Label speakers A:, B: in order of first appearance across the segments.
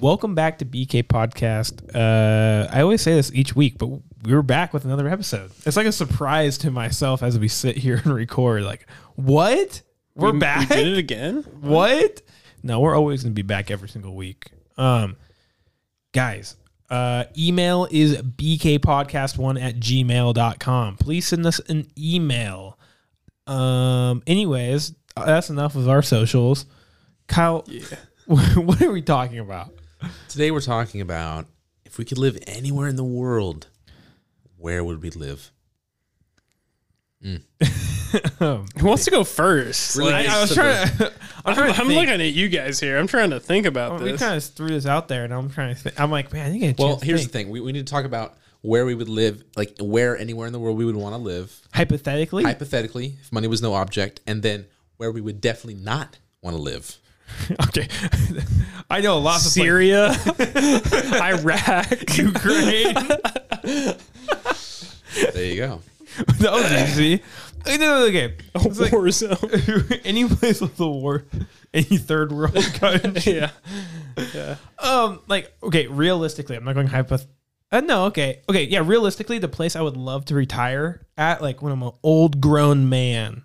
A: Welcome back to BK Podcast. Uh, I always say this each week, but we're back with another episode. It's like a surprise to myself as we sit here and record. Like, what? We're
B: We-
A: back?
B: We did it again.
A: what? No, we're always gonna be back every single week. Um guys, uh email is bkpodcast1 at gmail.com. Please send us an email. Um anyways, that's enough of our socials. Kyle, what are we talking about?
C: Today we're talking about if we could live anywhere in the world, where would we live?
B: Who wants to go first?
C: Really
B: Like,
C: nice
B: I was
C: to
B: trying. To, I'm,
A: I'm trying to think.
B: looking at you guys here. I'm trying to think about
A: We
B: this.
A: kind of threw this out there and I'm trying to think. I'm like, man, I think I
C: Well, here's the thing. We, we need to talk about where we would live, like where anywhere in the world we would want to live,
A: hypothetically.
C: hypothetically, if money was no object, and then where we would definitely not want to live.
A: okay. I know lots of places.
B: Syria, Iraq,
A: Ukraine.
C: There you go.
A: that was easy. No, no, okay.
C: Oh,
A: It's like-
B: war zone.
A: any place with a war, any third world country.
B: yeah,
A: um, like okay, realistically, I'm not going hypoth. Uh, no, okay, okay, yeah. Realistically, the place I would love to retire at, like when I'm an old grown man,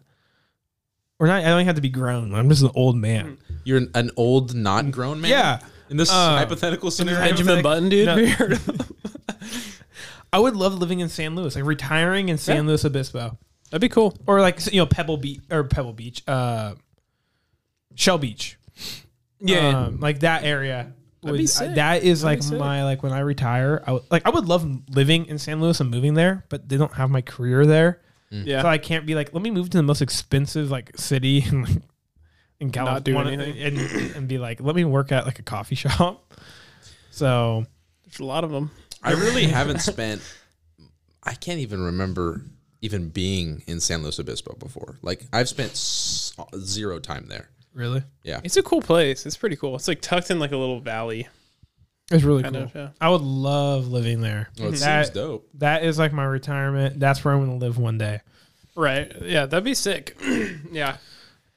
A: or not. I don't even have to be grown. I'm just an old man.
C: You're an, an old, not grown man.
A: Yeah.
C: In this
A: Uh,
C: hypothetical scenario,
B: Benjamin Button, dude.
A: No.
B: we heard of-
A: I would love living in San Luis, like retiring in San Luis Obispo,
B: That'd be cool.
A: or like you know Pebble Beach or Pebble Beach, uh, Shell Beach.
B: Yeah,
A: um, like that area.
B: That'd
A: would-
B: be
A: uh,
B: sick.
A: that is
B: That'd
A: like
B: be sick.
A: my like when I retire, I would, like I would love living in San Luis and moving there, but they don't have my career there,
B: yeah.
A: so I can't be like let me move to the most expensive like city and like in
B: Not do
A: California and and be like let me work at like a coffee shop. So
B: There's a lot of them.
C: I really haven't spent. I can't even remember even being in San Luis Obispo before. Like I've spent s- zero time there.
A: really,
C: Yeah.
B: It's a cool place. It's pretty cool. It's like tucked in like a little valley.
A: it's really
B: Kind
A: cool.
B: of, yeah.
A: I would love living there.
C: Well, it
A: That-
C: seems dope.
A: that is like my retirement. That's where I'm going to live one day.
B: Right. Yeah, that'd be sick. yeah.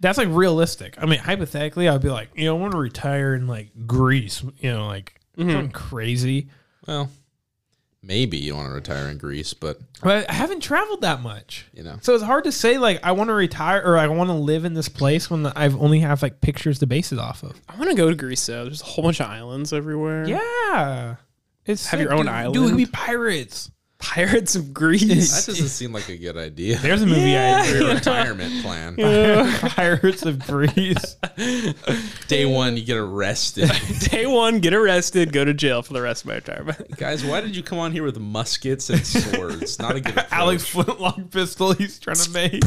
A: that's like realistic. I mean, hypothetically, I'd be like, you know, I want to retire in like Greece, you know, like something crazy.
C: Well, maybe you don't want to retire in Greece, but
A: But I haven't traveled that much.
C: you know,
A: So it's hard to say like I want to retire or I want to live in this place when I've only have like pictures to base it off of.
B: I want to go to Greece though. There's a whole bunch of islands everywhere.
A: Yeah. It's
B: Have
A: sick,
B: your own
A: dude.
B: island.
A: Dude, we could be pirates.
B: Pirates of Greece.
C: that doesn't seem like a good idea.
A: There's a movie
C: For
A: I
C: your retirement plan.
A: Pirates of Greece.
C: Day one, you get arrested.
B: Day one, get arrested, go to jail for the rest of my retirement.
C: Guys, why did you come on here with muskets and swords? Not a good approach.
A: Alex Flintlock pistol he's trying to make.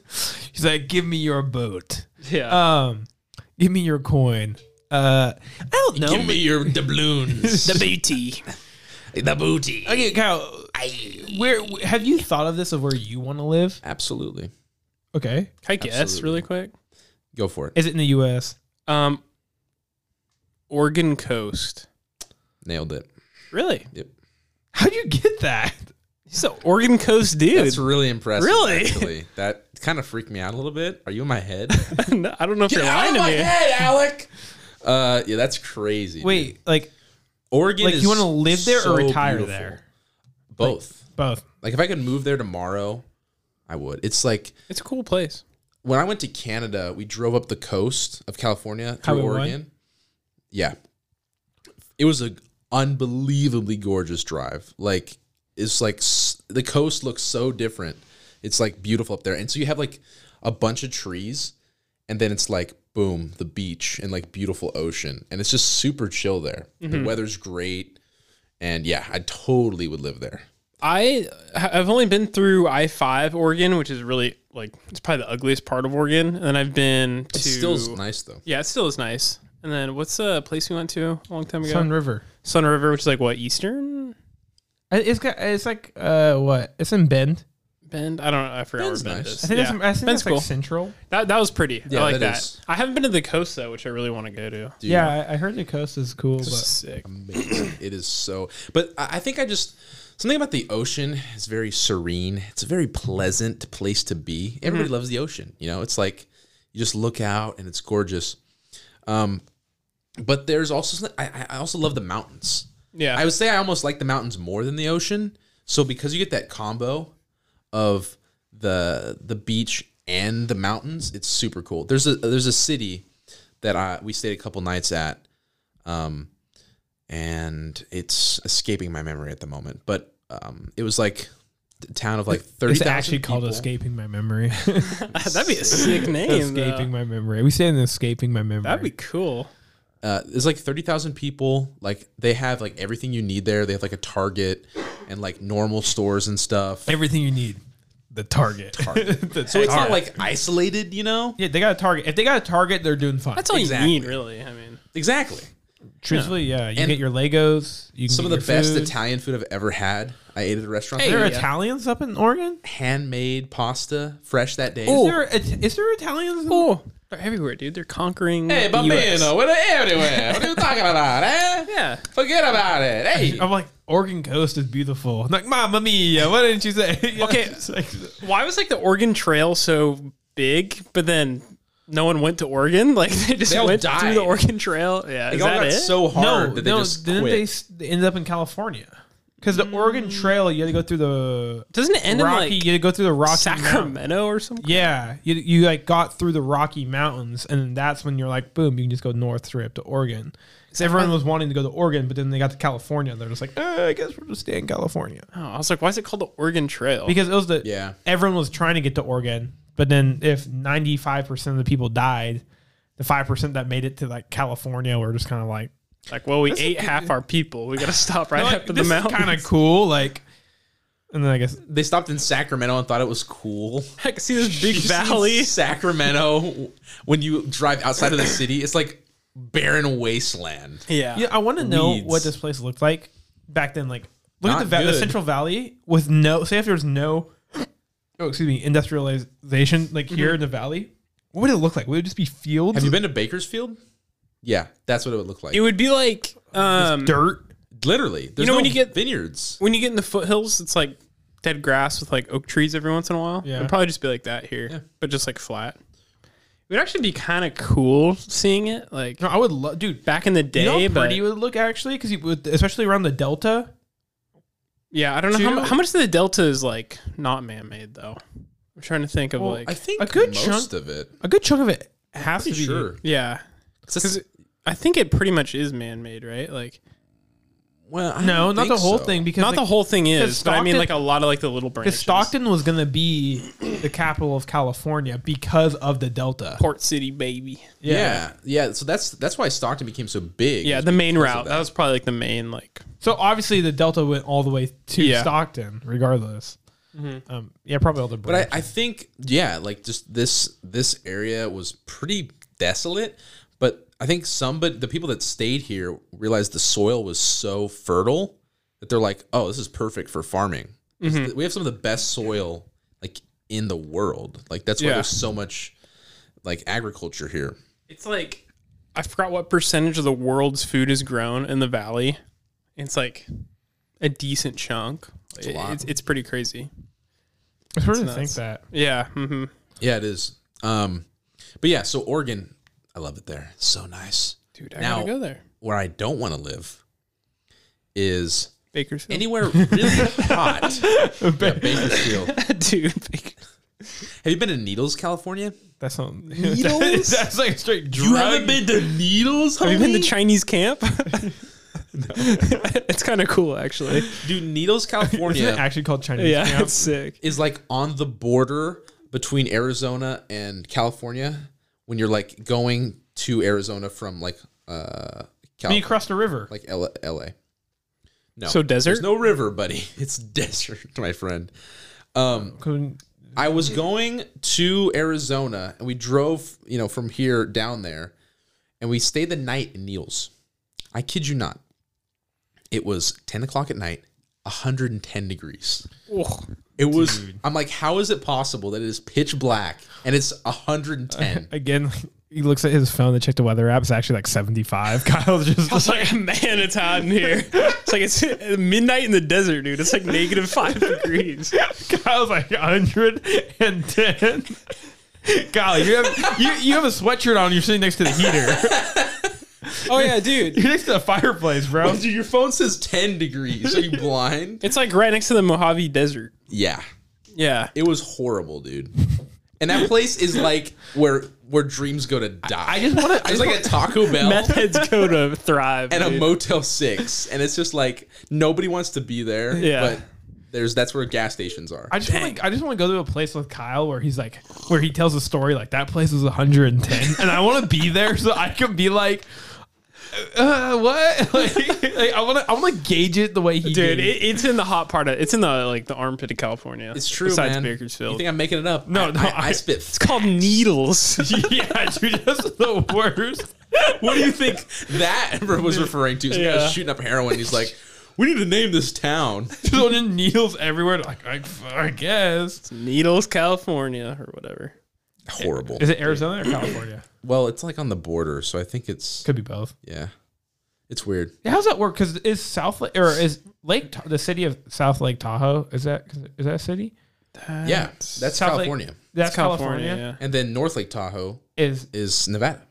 A: he's like, give me your boat.
B: Yeah.
A: Um, give me your coin. Uh, I don't know.
C: Give me your doubloons. the,
B: booty.
C: the booty.
A: okay, Kyle. Where have you thought of this of where you want to live?
C: Absolutely.
A: Okay,
B: I guess
C: Absolutely.
B: really quick.
C: Go for it.
A: is it in the U.S.?
B: Um, Oregon coast.
C: Nailed it.
B: Really?
C: Yep.
A: How'd you get that?
B: He's an Oregon coast dude.
C: That's really impressive.
B: Really?
C: actually. That kind of freaked me out a little bit. Are you in my head?
B: No, I don't know if you're lying to me.
C: head, Alec. Uh, yeah, that's crazy. dude.
A: Wait, like
C: Oregon.
A: like
C: is
A: you want to live there
C: so
A: or retire
C: beautiful.
A: there?
C: Both.
A: Both.
C: Like, if I could move there tomorrow, I would. It's like
B: It's a cool place.
C: when I went to Canada, we drove up the coast of California through
A: Highway one?
C: Oregon. Yeah, it was an unbelievably gorgeous drive. Like it's like s- the coast looks so different. It's like beautiful up there, and so you have like a bunch of trees, and then it's like boom, the beach and like beautiful ocean, and it's just super chill there.
A: Mm-hmm.
C: The weather's great, and yeah, I totally would live there.
B: I I've only been through I five Oregon, which is really like it's probably the ugliest part of Oregon. And then I've been to
C: It Still's nice though.
B: yeah, it still is nice. And then what's the place we went to a long time ago?
A: Sun
B: Sun,
A: River.
B: River, which is like what eastern
A: I- It's got, it's like uh what? It's in Bend.
B: Bend. I don't know. I forgot
C: Bend's
B: where Bend
C: nice.
B: is.
A: I think that's
B: Yeah.
A: I think
B: Bend's
A: that's like
B: cool.
A: central.
B: That that was pretty.
C: Yeah,
B: I like
C: that
B: that.
C: is.
B: I haven't been to the coast though, which I really want to go to.
C: Dude.
A: Yeah, I, I heard the coast is cool, but
B: Sick.
C: amazing. it is so. But I I think I just something about the ocean is very serene. It's a very pleasant place to be. Everybody loves the ocean. You know, it's like you just look out and it's gorgeous. Um, But there's also some- I, I- I also love the mountains.
B: Yeah.
C: I would say I almost like the mountains more than the ocean. So because you get that combo of the the beach and the mountains, it's super cool. There's a there's a city that I we stayed a couple nights at, um, and it's escaping my memory at the moment. But um, it was like a town of like thirty
A: It's
C: thousand.
A: actually called escaping my memory.
B: That'd be a sick name. though.
A: escaping my memory. We say in escaping my memory.
B: That'd be cool.
C: uh, there's like 30,000 people. Like they have like everything you need there. They have like a Target and like normal stores and stuff.
A: everything you need. The target. The
C: So it's
A: target.
C: not like isolated, you know?
A: yeah, they got a target. If they got a target, they're doing fine.
B: That's all
C: Exactly.
B: you need, really. I mean,
C: Exactly.
A: Truthfully, yeah. You
C: And-
A: get your Legos. You can
C: Some of
A: get
C: the
A: your
C: best
A: food.
C: Italian food I've ever had. I ate at a restaurant.
B: Hey.
A: There are
B: Yeah.
A: Italians up in Oregon.
C: Handmade pasta, fresh that day.
A: Is there, It- is there Italians? In-
B: oh, they're everywhere, dude. They're conquering. the US.
C: what are everywhere? What are you talking about, eh?
B: Yeah.
C: Forget about it. Hey.
A: I'm like Oregon coast is beautiful. I'm like Mamma Mia, what didn't you say? You know,
B: Okay.
A: it's like-
B: Why was like the Oregon Trail so big, but then no one went to Oregon? Like they just
C: They all
B: went
C: died.
B: through the Oregon Trail. Yeah, is
C: all
B: that
C: got
B: it?
C: so hard
A: no,
C: that they
A: no,
C: just
A: didn't
C: quit.
A: they, s- they ended up in California? Because the Oregon Trail, you had to go through the
B: Doesn't it end
A: Rocky.
B: in like
A: you had to go through the Rocky Mountains.
B: Sacramento or something?
A: Yeah, you, you like got through the Rocky Mountains, and that's when you're like, boom, you can just go north straight up to Oregon. Because everyone was wanting to go to Oregon, but then they got to California, and they're just like, eh, I guess we'll just stay in California
B: Oh, I was like, why is it called the Oregon Trail?
A: because it was the
C: Yeah.
A: everyone was trying to get to Oregon, but then if 95 percent of the people died, the five percent that made it to like California were just kind of like,
B: like, well, we ate half our people. We got to stop right
A: like
B: after the
A: this is
B: mountain.
A: kind of cool, like. And then I guess
C: They stopped in Sacramento and thought it was cool.
B: I can see this big
C: You see
B: valley.
C: Sacramento. When you drive outside of the city, it's like barren wasteland.
B: Yeah.
A: yeah, I want to know
C: Weeds.
A: what this place looked like back then. Like, look at
C: Not
A: the, va- the
C: good.
A: Central Valley with no. Say if there was no, oh excuse me, industrialization like here in the valley, what would it look like? Would it just be fields,
C: Mm-hmm. Have you been to Bakersfield? Yeah, that's what it would look like.
B: It would be like um,
A: dirt?
C: Literally, there's
B: know
C: no
B: when you get-
C: vineyards.
B: when you get in the foothills, it's like dead grass with like oak trees every once in a while.
A: Yeah.
B: It'd probably just be like that here, but just like flat. It would actually be kind of cool seeing it like
A: No, I would love, dude.
B: back in the
A: You
B: day,
A: know how
B: but
A: pretty it would look actually, because you would, especially around the delta.
B: yeah, I don't know how, mu-
A: Two-
B: how much of the delta is like not man made though. I'm trying to think of
A: Well,
B: like
C: I think
A: a good
C: most
A: chunk-
C: of it.
A: A good chunk of it has to
C: Pretty
A: be.
C: sure.
B: yeah, because I think it pretty much is man made, right? Like
C: Well, I
A: No,
C: don't
A: not the
C: think
A: whole
C: so.
A: thing because
B: not the
A: like,
B: whole thing is,
A: 'cause
B: but I mean
A: Stockton-
B: like a lot of like the little
A: because
B: branches.
A: Stockton was gonna be the capital of California because of the delta.
B: Port City, baby.
C: Yeah. yeah, So that's that's why Stockton became so big.
B: Yeah, the main route. That. was probably like the main like.
A: So obviously the Delta went all the way to
B: Yeah.
A: Stockton, regardless. Um, yeah, probably all the.
C: But I, I think yeah, like just this this area was pretty desolate. But I think some but the people that stayed here realized the soil was so fertile that they're like, oh, this is perfect for farming.
A: Mm-hmm.
C: We have some of the best soil like in the world. Like that's why
B: Yeah.
C: there's so much like agriculture here.
B: It's like I forgot what percentage of the world's food is grown in the valley. It's like a decent chunk. It's
C: a lot.
B: It's, pretty crazy.
A: I sort of think
B: nuts.
A: that.
B: Yeah. hmm
C: Yeah, it is. Um, but yeah, so Oregon, I love it there. It's so nice.
B: Dude, I
C: Now-
B: gotta go there.
C: Where I don't want to live is
B: Bakersfield.
C: anywhere really hot. Yeah, Bakersfield.
B: dude. Baker-
C: Have you been to Needles, California?
A: That's not
C: Needles?
A: That's like a straight drug.
C: been to Needles,
B: Have you been to Chinese camp? it's kind of cool actually.
C: Dude, Needles,
A: Isn't it
C: California
A: actually called Chinese?
B: Yeah,
A: camp?
B: it's sick.
C: is like on the border between Arizona and California. When you're like going to Arizona from like uh,
A: But you
C: California,
A: crossed a river.
C: like L- LA. No,
B: So desert?
C: There's no river, buddy. It's desert, my friend. Um,
A: Couldn't-
C: I was going to Arizona and we drove, you know, from here down there and we stayed the night in Neals. I kid you not. It was 10 o'clock at night, 110 degrees. It was, I'm like, how is it possible that it is pitch black and it's 110?
A: again, he looks at his phone to check the weather app. It's actually like seventy-five. Kyle's just
B: It's like, man, it's hot in here. It's like it's midnight in the desert, dude. It's like negative five degrees.
A: Kyle's like hundred and ten. Kyle, you have you, you have a sweatshirt on. You're sitting next to the heater.
B: Oh yeah, dude.
A: You're next to the fireplace, bro.
C: Dude, your phone says 10 degrees. Are you blind?
B: It's like right next to the Mojave Desert.
C: Yeah.
B: Yeah.
C: It was horrible, dude. And that place is like where where dreams go to die.
A: I just want to.
C: it's like a Taco Bell
B: Meth heads go to thrive.
C: Oh. and a
B: dude.
C: Motel 6 and it's just like nobody wants to be there,
B: Yeah.
C: but there's that's where gas stations are.
A: I just want to. I just want to go to a place with Kyle where he's like, where he tells a story like that place is 110, and I want to be there so I can be like, uh, what? Like, like, I want to. I want to gauge it the way he
B: dude,
A: did.
B: it, it's in the hot part of it's in the like the armpit of California.
C: it's true,
B: Besides
C: man. You
B: Bakersfield,
C: think I'm making it up?
A: No,
C: I,
A: no,
C: I, I
A: I-
C: spit.
B: it's called needles.
A: yeah, dude, that's the worst.
C: what do you think that Ember was referring to? Is
B: Yeah.
C: shooting up heroin. He's like, we need to name this town.
A: So just needles everywhere. Like, I, I guess.
B: needles, California, or whatever.
C: Horrible.
A: Is it Arizona or California?
C: Well, it's like on the border, so I think it's
A: Could be both.
C: yeah, it's weird.
A: Yeah, how's that work? Because is South Lake or is Lake Ta- the city of South Lake Tahoe? Is that is that a city?
C: yeah, that's
A: South Lake-
C: California,
A: That's California.
C: and then North Lake Tahoe
A: Is
C: is Nevada.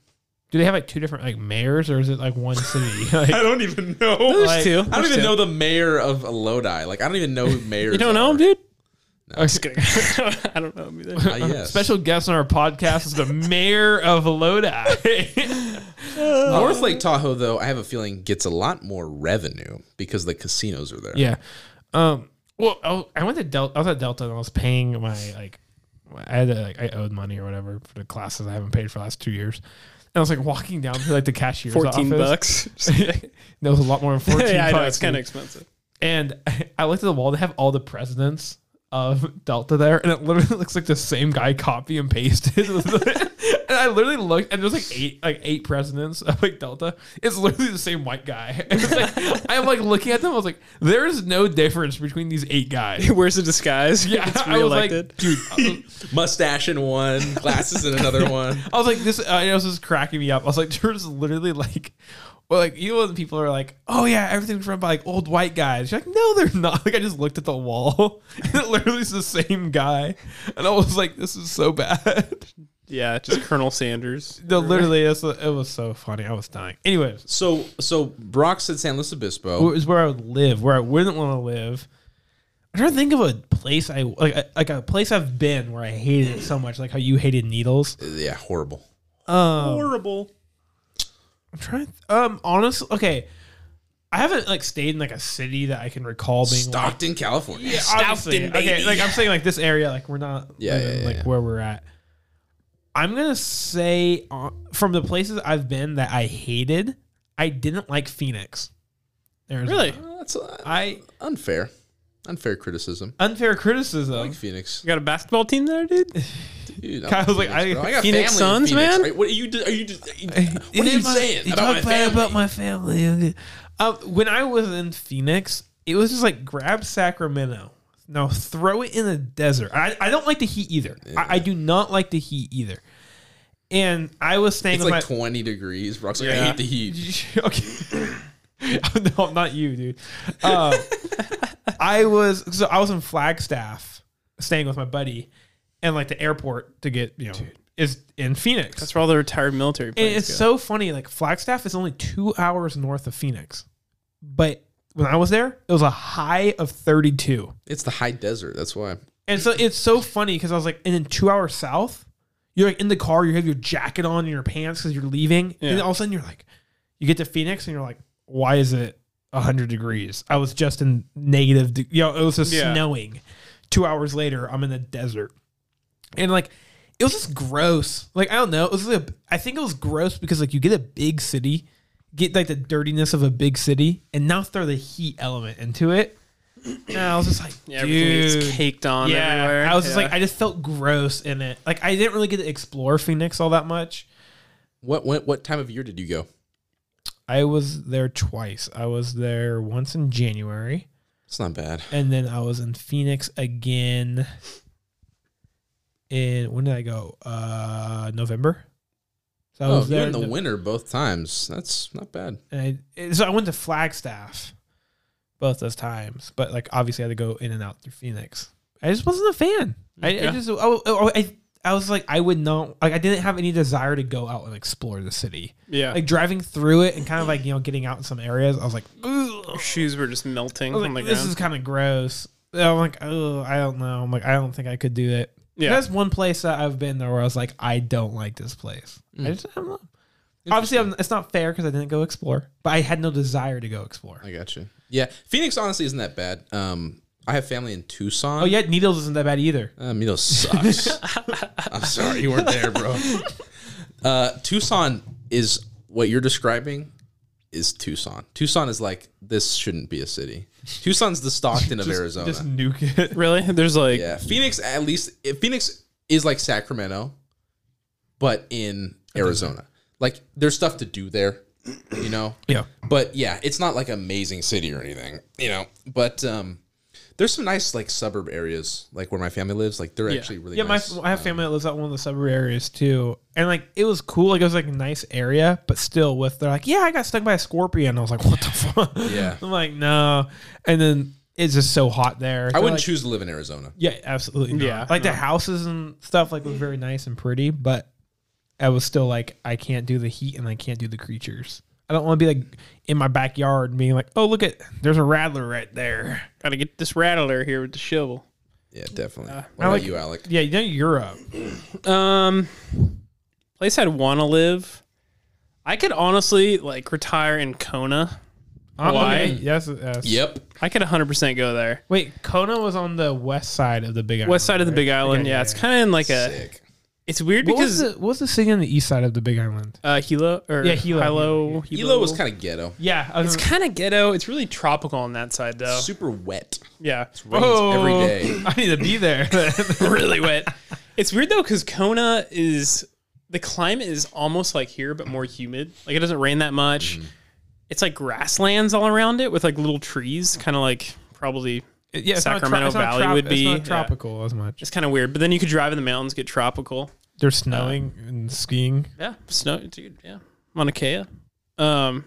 A: do they have like two different like mayors or is it like one city? Like,
C: don't even know.
B: There's
A: Like-
B: two.
A: I
C: I don't even know the mayor of Lodi. Like I don't even know who mayor.
B: You don't know him, dude?
A: I'm
B: Just kidding. I don't know him either.
C: Uh, yes.
A: Special guest on our podcast is the mayor of Lodi.
C: North Lake Tahoe, though, I have a feeling gets a lot more revenue because the casinos are there.
A: yeah. Um. Well, oh, I went to Delta. I was at Delta and I was paying my like, I had to, like I owed money or whatever for the classes I haven't paid for the last two years. And I was like walking down to like the cashier's
B: Fourteen
A: office.
B: bucks.
A: That was a lot more than fourteen
B: yeah, I know,
A: bucks.
B: it's kind of expensive.
A: And I- I looked at the wall. They have all the presidents of Delta there, and it literally looks like the same guy copy and pasted. and I literally looked, and there's like eight, like eight presidents of like Delta. It's literally the same white guy. And it's like I'm like looking at them. I was like, there is no difference between these eight guys.
B: Where's the disguise?
A: Yeah,
B: Gets
A: I was like,
B: reelected.
A: dude. uh, I was,
C: Mustache in one, glasses in another one.
A: I was like, this. I know this is cracking me up. I was like, there's literally like. Well, like you know, when people are like, "Oh yeah, everything's run by like old white guys." You're like, "No, they're not." Like I just looked at the wall, and it literally is the same guy, and I was like, "This is so bad."
B: yeah, just Colonel Sanders.
A: No, literally, it's, it was so funny. I was dying. Anyways,
C: So, so Brock said San Luis Obispo.
A: it was where I would live, where I wouldn't want to live. I'm trying to think of a place I like, a- like a place I've been where I hated it so much, like how you hated needles.
C: Yeah, horrible.
B: Horrible.
A: I'm trying. um, honestly, okay, I haven't like stayed in like a city that I can recall being like,
C: Stockton, California.
A: Yeah, obviously.
B: Stockton,
A: Okay,
B: baby.
A: like I'm saying, like this area, like we're not,
C: Yeah,
A: living,
C: yeah, yeah,
A: like
C: yeah.
A: where we're at. I'm gonna say uh, from the places I've been that I hated, I didn't like Phoenix. Arizona.
B: Um, Really? You
C: Well, that's uh,
A: I
C: unfair. Unfair criticism.
A: unfair criticism.
C: Phoenix.
B: got a basketball team there, dude?
C: Dude, I'm
A: Kyle's
C: from
A: like, I-
C: bro.
B: Phoenix
C: family in
B: Suns, man?
C: right? What are you? do- Are you just? Are
A: You
C: you, what are you
A: did my-
C: saying
A: You
C: about my
A: talk bad
C: family?
A: about my family. Uh, when I was in Phoenix, it was just like grab Sacramento. Now throw it in the desert. I, I don't like the heat either. I, I do not like the heat either. And I was staying
C: it's
A: with
C: like
A: my,
C: 20 degrees. Brock's like, I
B: Yeah.
C: hate the heat.
A: okay. no, not you, dude. Um, I was so I was in Flagstaff, staying with my buddy, and like the airport to get you know is in Phoenix.
B: That's where all the retired military
A: And
B: planes
A: it's
B: go.
A: so funny. Like Flagstaff is only two hours north of Phoenix, but when I was there, it was a high of 32.
C: It's the high desert. That's why.
A: And so it's so funny because I was like, and then two hours south, you're like in the car, you have your jacket on and your pants because you're leaving,
B: Yeah.
A: and then all of a sudden you're like, you get to Phoenix and you're like, why is it 100 degrees? I was just in negative, de- you know, it was just
B: Yeah.
A: snowing. Two hours later, I'm in the desert, and like. It was just gross. Like I don't know. It was like a, I think it was gross because like you get a big city, get like the dirtiness of a big city, and now throw the heat element into it. And I was just like,
B: yeah, everything
A: dude,
B: gets caked on
A: yeah,
B: everywhere.
A: I was just
B: Yeah.
A: like, I just felt gross in it. Like I didn't really get to explore Phoenix all that much.
C: What what what time of year did you go?
A: I was there twice. I was there once in January,
C: It's not bad.
A: and then I was in Phoenix again. In when did I go? Uh, November. So I
C: Oh,
A: was
C: you
A: there
C: in the
A: Nov-
C: winter both times. That's not bad.
A: and I, so I went to Flagstaff both those times, but like obviously I had to go in and out through Phoenix. I just wasn't a fan. I, I
B: Yeah.
A: just oh, oh, I I was like, I would not like I didn't have any desire to go out and explore the city.
B: Yeah.
A: Like driving through it and kind of like, you know, getting out in some areas, I was like, Ugh.
B: Shoes were just melting
A: I was
B: on the
A: like, this
B: ground.
A: is kind of gross. And I'm like, oh, I don't know. I'm like, I don't think I could do it.
B: Yeah.
A: That's one place that I've been there where I was like, I don't like this place.
B: Hmm.
A: I just, I don't know. Obviously, I'm, it's not fair because I didn't go explore, but I had no desire to go explore.
C: I got you. Yeah, Phoenix honestly isn't that bad. Um, I have family in Tucson.
A: oh, yeah, Needles isn't that bad either.
C: Um, you know, sucks. I'm sorry you weren't there, bro. Uh, Tucson is what you're describing is Tucson. Tucson is like this shouldn't be a city. Tucson's the Stockton of Arizona.
A: Just nuke it.
B: Really? There's like
C: yeah, Phoenix at least if Phoenix is like Sacramento, but in Arizona. Like there's stuff to do there, you know.
A: yeah.
C: But yeah, it's not like amazing city or anything, you know. But um, there's some nice like suburb areas, like where my family lives. Like they're actually really
A: Yeah, my
C: nice.
A: I have family that lives out in one of the suburb areas too, and like it was cool. Like it was like a nice area, but still with they're like, yeah, I got stung by a scorpion. I was like, what the fuck?
C: Yeah.
A: I'm like, no. And then it's just so hot there.
C: I
A: They're
C: wouldn't
A: like-
C: choose to live in Arizona.
A: Yeah, absolutely. not.
B: Yeah,
A: like the houses and stuff like was very nice and pretty, but I was still like, I can't do the heat and I can't do the creatures. I don't want to be like in my backyard and being like, oh look at there's a rattler right there.
B: gotta get this rattler here with the shovel.
C: Yeah, definitely. what
A: Uh, I
C: about
A: like-
C: you, Alec?
A: Yeah, you know Europe.
B: Um, place I'd want to live. I could honestly like retire in Kona. Hawaii?
A: Okay, Yes, yes.
C: Yep.
B: I could 100% go there.
A: Wait, Kona was on the west side of the Big Island.
B: West side of the
A: right?
B: Big Island.
A: Okay,
B: yeah, it's kind of in like a.
C: Sick.
B: It's weird
A: What was
B: because
A: the, what was the city on the east side of the Big Island?
B: uh, Hilo or
A: Yeah, Hilo,
B: Hilo,
C: Hilo was kind of ghetto.
A: Yeah,
B: It's kind of ghetto. It's really tropical on that side though.
C: Super wet.
B: Yeah,
C: Rains every
A: Oh.
C: day.
A: I need to be there.
B: really wet. It's weird though because Kona is the climate is almost like here but more humid. Like it doesn't rain that much. It's like grasslands all around it with like little trees, kind of like probably
A: yeah, it's
B: Sacramento
A: not tro- it's not
B: Valley
A: trop-
B: would be-
A: it's
B: yeah.
A: not tropical as much.
B: just kind of weird. But then you could drive in the mountains, get tropical.
A: They're snowing
B: Um,
A: and skiing.
B: Yeah, snow, dude. Yeah, Mauna Kea. Um,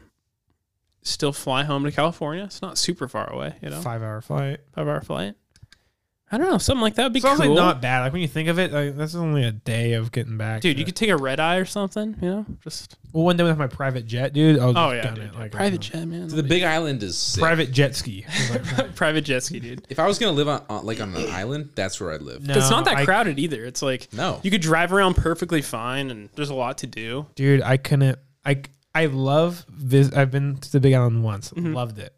B: still fly home to California. It's not super far away, you know, five,
A: Five hour flight.
B: hour flight. I don't know, something like that would be
A: Sounds
B: cool.
A: like not bad. Like when you think of it, like, that's only a day of getting back.
B: dude,
A: to-
B: you could take a red eye or something, you know, just
A: well one day with my private jet, dude. I was
B: oh
A: just
B: yeah,
A: done
B: dude,
A: it, like,
B: private
A: I
B: jet, man.
C: The Big Island is sick.
A: private jet ski.
B: private jet ski, dude.
C: If I was gonna live on, on like on an island, that's where I'd live.
A: No,
B: But it's not that
A: I-
B: crowded either. It's like
C: No.
B: you could drive around perfectly fine, and there's a lot to do.
A: dude. I couldn't. I I love. Vis- I've been to the Big Island once.
B: Mm-hmm.
A: Loved it.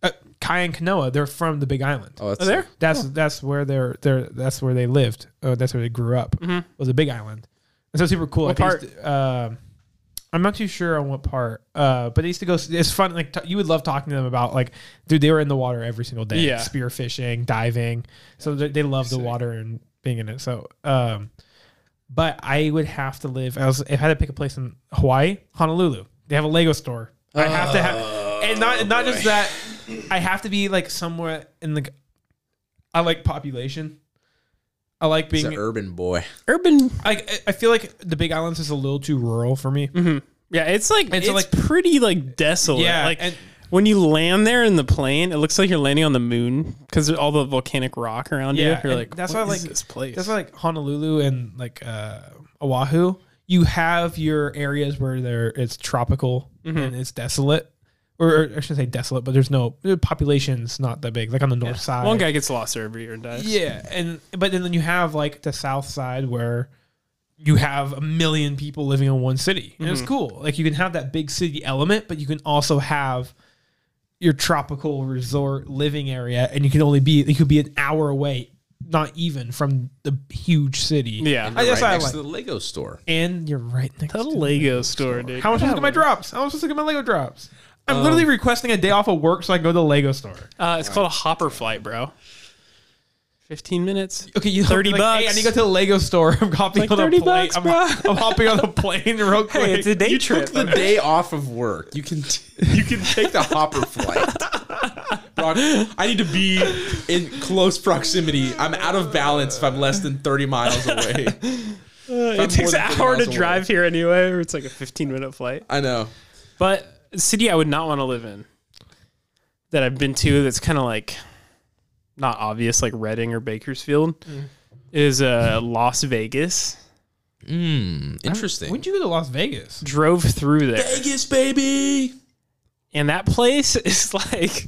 A: Uh, Kai and Kanoa, they're from the Big Island.
C: Oh, that's
B: Are there?
C: sick.
A: That's that's where they're they're that's where they lived. Oh, that's where they grew up. Was the Big Island, and so it's super cool.
B: Mm-hmm. What
A: Like, they used to- um, I'm not too sure on what part, uh, but they used to go. It's fun. Like t- you would love talking to them about like, dude, they were in the water every single day.
B: Yeah.
A: spear fishing, diving. So they, they love the water and being in it. So, um, but I would have to live. I was if I had to pick a place in Hawaii, Honolulu. They have a Lego store. I have to have, and not not just that. I have to be like somewhere in the. I like population. I like
C: He's
A: being
C: an urban boy.
B: Urban,
A: like I- I feel like the Big Islands is a little too rural for me.
B: Mm-hmm. yeah, it's like
A: And
B: it's
A: so,
B: like pretty like desolate.
A: Yeah,
B: like
A: and-
B: when you land there in the plane, it looks like you're landing on the moon because all the volcanic rock around
A: Yeah,
B: you. You're
A: and
B: like,
A: that's
B: what
A: why,
B: is
A: like-
B: this place.
A: That's why like Honolulu and like uh, Oahu. You have your areas where there it's tropical
B: Mm-hmm.
A: and it's desolate, or, or I should say desolate, but there's no the population's not that big. Like on the north side,
B: One guy gets lost there every year and dies.
A: Yeah, and but then you have like the South Side where you have a million people living in one city, and
B: Mm-hmm.
A: it's cool. Like you can have that big city element, but you can also have your tropical resort living area, and you can only be you could be an hour away, not even from the huge city.
B: Yeah.
A: I guess
C: right
A: I
C: next
A: like.
C: to the Lego store.
A: and you're right next
B: The
A: to
B: Lego store, dude.
A: How am I supposed to get my drops? How am I supposed to get my Lego drops? I'm
B: Um,
A: literally requesting a day off of work so I can go to the Lego store.
B: Uh, it's called a hopper flight, bro. Fifteen minutes.
A: Okay, you
B: 30
A: like, Hey, I
B: bucks.
A: need to go to the Lego store. I'm hopping
B: Like
A: on
B: 30
A: a plane.
B: bucks,
A: I'm,
B: bruh.
A: I'm hopping on a plane real quick.
B: it's a day
A: You
B: trip.
A: took
C: The
A: the-
C: day off of work, you can you can take the hopper flight. Brock, I need to be in close proximity. I'm out of balance if I'm less than 30 miles away.
B: Uh, it takes an
C: more than
B: hour
C: 30
B: to
C: miles
B: drive here anyway, or it's like a fifteen minute flight.
C: I know.
B: But a city I would not want to live in that I've been to that's kind of like not obvious, like Reading or Bakersfield. is uh, Las Vegas.
C: Mm, interesting.
A: When'd you go to Las Vegas?
B: Drove through there.
C: Vegas, baby.
B: and that place is like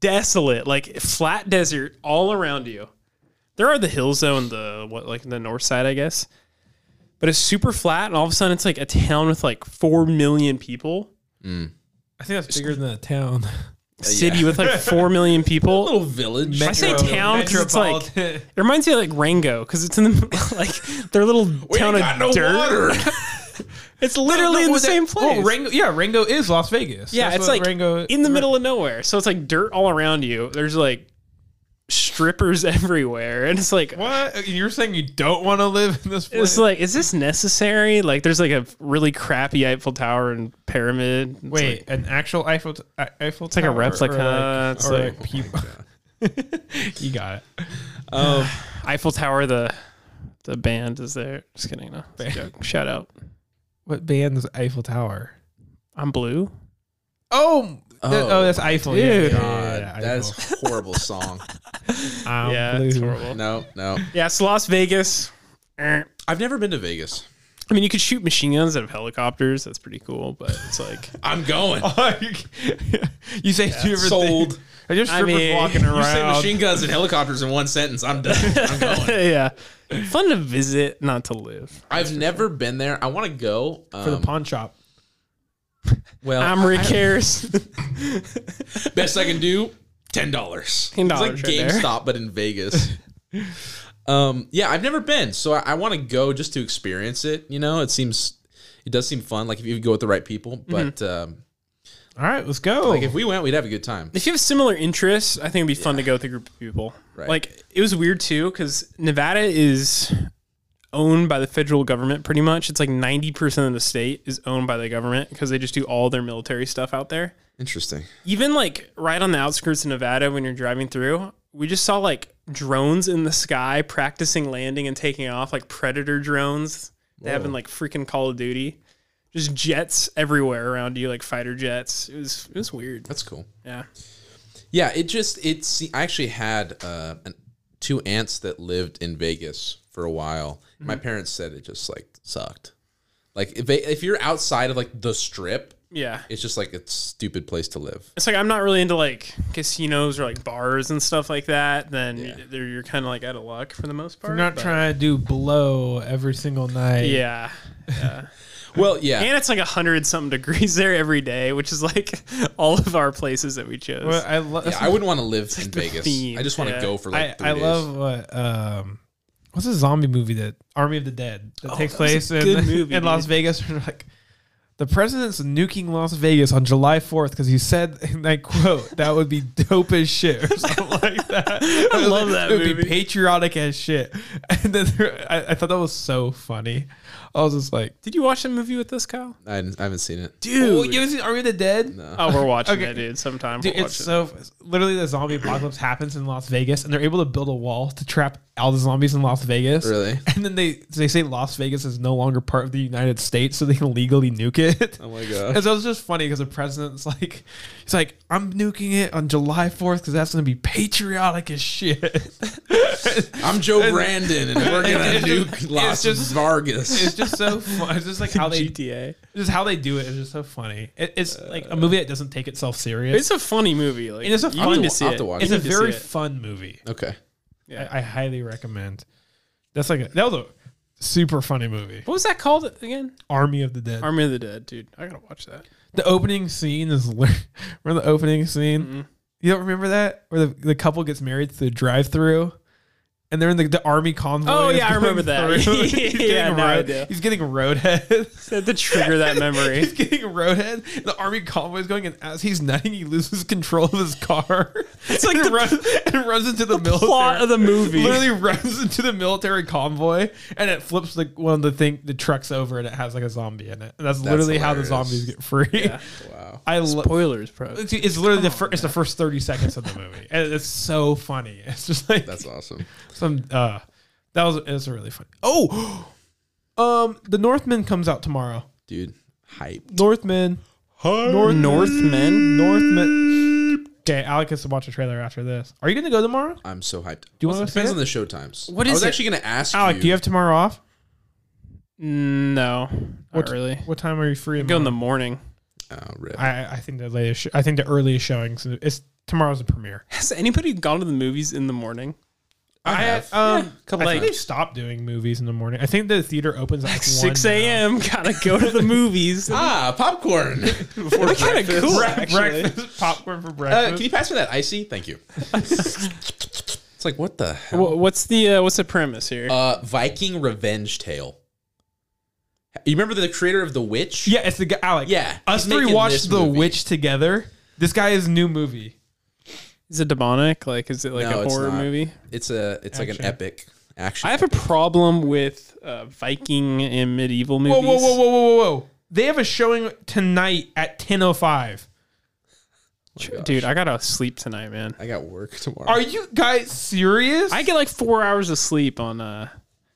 B: desolate, like flat desert all around you. There are the hills though, in the what, like the north side, I guess. But it's super flat, and all of a sudden, it's like a town with like four million people,
A: I think that's bigger than a town.
C: Uh,
B: city with like four million people.
C: Little village.
B: I say town because it's like it reminds me of like Rango because it's in the like their little town of dirt. It's literally in the same place.
A: Oh, Rango, yeah, Rango is Las Vegas.
B: Yeah,
A: That's
B: it's
A: what
B: like
A: Rango
B: in the middle of nowhere. So it's like dirt all around you. There's like strippers everywhere, and it's like
A: What you're saying? You don't want to live in this place?
B: it's like is this necessary? Like there's like a really crappy Eiffel Tower and pyramid. It's
A: Wait,
B: like,
A: an actual Eiffel t- I- Eiffel
B: like a
A: Tower or
B: replica,
A: like-
B: it's
A: or
B: like-
A: like people. you got it.
B: Eiffel Tower. The the band is there. Just kidding. No, it's a joke. shout out.
A: What band is Eiffel Tower?
B: I'm blue.
A: Oh, oh,
C: Oh.
A: oh that's Eiffel. Yeah, yeah, yeah, yeah,
C: God,
A: yeah,
C: that
A: Eiffel.
C: is a horrible song.
A: I'm
B: yeah,
A: blue.
B: it's horrible.
C: No, no.
B: Yeah, it's Las Vegas.
A: Eh.
B: Er.
C: I've never been to Vegas.
B: I mean, you could shoot machine guns out of helicopters. That's pretty cool, but it's like
C: I'm going.
A: you say two different
C: sold.
A: things. I just
B: I
A: strippers
B: mean,
A: walking
B: you
A: around.
C: You say machine guns and helicopters in one sentence. I'm done. I'm going.
B: yeah, fun to visit, not to live.
C: I've never been there. I want to go. Um,
A: for the pawn shop.
C: well,
B: I'm Rick Harris.
C: best I can do, ten dollars. It's
B: $10
C: like
B: right there.
C: GameStop, but in Vegas. um, yeah, I've never been, so I, I want to go just to experience it. You know, it seems, it does seem fun. Like if you go with the right people, but um,
A: All right, let's go.
C: like if we went, we'd have a good time.
B: if you have similar interests, I think it'd be fun to go with a group of people.
C: Right.
B: Like it was weird too because Nevada is owned by the federal government pretty much. It's like ninety percent of the state is owned by the government because they just do all their military stuff out there.
C: Interesting.
B: Even like right on the outskirts of Nevada when you're driving through, we just saw like drones in the sky practicing landing and taking off, like predator drones. They have in like freaking Call of Duty. Just jets everywhere around you, like fighter jets. It was it was weird.
C: That's cool.
B: Yeah.
C: Yeah, it just it's. I actually had uh, an, two aunts that lived in Vegas for a while. My parents said it just like sucked. Like if they, if you're outside of like the strip,
B: Yeah.
C: it's just like a stupid place to live.
B: It's like I'm not really into like casinos or like bars and stuff like that. Then you're, you're kind of like out of luck for the most part.
A: We're not
B: but-
A: trying to do blow every single night.
B: Yeah.
C: Well, yeah,
B: And it's like a hundred something degrees there every day, which is like all of our places that we chose.
A: Well, I love.
C: yeah. I wouldn't want to live in Vegas.
B: theme,
C: I just want to
B: yeah.
C: go for
A: I,
C: like. three
A: I
C: days.
A: love what um, what's a zombie movie that Army of the Dead that takes
B: Oh, that
A: place
B: was a
A: in,
B: good movie,
A: in Las
B: dude.
A: Vegas. We're like the president's nuking Las Vegas on July fourth because he said, and I quote, "That would be dope as shit" or something like that. I
B: love that
A: It would be
B: movie.
A: patriotic as shit. And then there, I, I thought that was so funny. I was just like,
B: Did you watch the movie with us, Kyle?
C: I, haven't- I haven't seen it.
A: "Dude, you haven't seen Army of the Dead?" No.
B: Oh, we're watching
A: Okay.
B: it, dude. Sometime
A: Dude,
B: we'll watch
A: it's
B: it.
A: so literally the zombie apocalypse happens in Las Vegas, and they're able to build a wall to trap all the zombies in Las Vegas.
C: Really?
A: And then they they say Las Vegas is no longer part of the United States, so they can legally nuke it.
C: Oh my god.
A: And so it's just funny because the president's like, he's like, I'm nuking it on July 4th because that's going to be patriotic as shit.
C: I'm Joe Brandon, and we're gonna
A: It's just-
C: nuke Las
A: it's just-
C: Vargas.
A: It's just so fun. It's just like how uh, they,
B: GTA.
A: just how they do it is just so funny. It, it's like a movie that doesn't take itself serious.
B: It's a funny movie. Like
A: It is a
B: you
A: fun-
B: need to
A: I'll
B: see
C: have
B: it.
C: to watch
A: It's a
B: You need to see
A: very
B: it.
A: fun movie.
C: Okay.
B: Yeah.
A: I, I highly recommend. That's like a, that was a super funny movie.
B: What was that called again?
A: Army of the Dead.
B: Army of the Dead, dude. I gotta watch that.
A: The opening scene is li- remember the opening scene.
B: Mm-hmm.
A: You don't remember that where the, the couple gets married through the drive-through, and they're in the, the army convoy.
B: Oh,
A: is
B: yeah, I
A: going
B: remember that.
A: through.
B: Yeah,
A: he's, getting
B: now I
A: road-
B: do.
A: he's getting roadhead.
B: Had to trigger that memory.
A: he's getting roadhead. The army convoy is going, and as he's nutting, he loses control of his car. It's
B: like
A: and
B: the-
A: runs, and runs into the, military.
B: Plot of the movie.
A: literally runs into the military convoy and it flips the one of the thing the trucks over and it has like a zombie in it. And that's, literally how the
C: hilarious.
A: zombies get free.
C: Wow.
A: I love
B: Spoilers, bro.
A: it's, it's literally the first. It's the first thirty seconds of the movie, and it's so funny. It's just like
C: That's awesome.
A: some. Uh, that was it's a really funny. Oh, um, the Northman comes out tomorrow.
C: Dude, hype.
A: Northman, North,
B: Northmen.
A: Northman. Okay, Alec has to watch a trailer after this. Are you going to go tomorrow?
C: I'm so hyped.
A: Do you
C: Well,
A: wanna
C: it depends
A: say
C: on the show times.
B: What
C: I
B: is
C: was
B: it?
C: actually going to ask
A: Alec, do you have tomorrow off?
B: No,
A: What
B: not really.
A: What time are you free?
B: Go in
A: tomorrow?
B: the morning.
C: Oh, rip.
A: I, I think the latest. Sh- I think the earliest showings. It's tomorrow's the premiere.
B: Has anybody gone to the movies in the morning?
C: I have.
A: um,
B: couple
A: I think
B: times.
A: they stopped doing movies in the morning. I think the theater opens at like
B: 6
A: 1 now.
B: a.m. Gotta go to the movies.
C: ah, popcorn. Before
B: That'd be kinda
C: breakfast.
B: cool.
C: Uh,
B: actually.
A: Breakfast, popcorn for
C: can
A: breakfast.
C: you pass me that icy? Thank you. it's like, what the hell?
B: Wha- What's the uh, what's the premise here?
C: Uh, Viking Revenge Tale. You remember the creator of The Witch?
A: yeah, it's the guy Alec.
C: Yeah,
A: us
C: he's
A: three
C: making this
A: watched The
C: movie.
A: Witch together. This guy's new movie.
B: Is it demonic? Like, is it like a
C: No, it's
B: horror
C: not.
B: movie?
C: It's a. It's like
A: Action.
C: an epic action.
B: I have a problem with uh, Viking and medieval
A: Whoa,
B: movies.
A: whoa, whoa, whoa, whoa, whoa, whoa! They have a showing tonight at ten oh five.
B: whoa. Dude, I gotta sleep tonight, man.
C: I got work tomorrow.
A: Are you guys serious?
B: I get like four hours of sleep on uh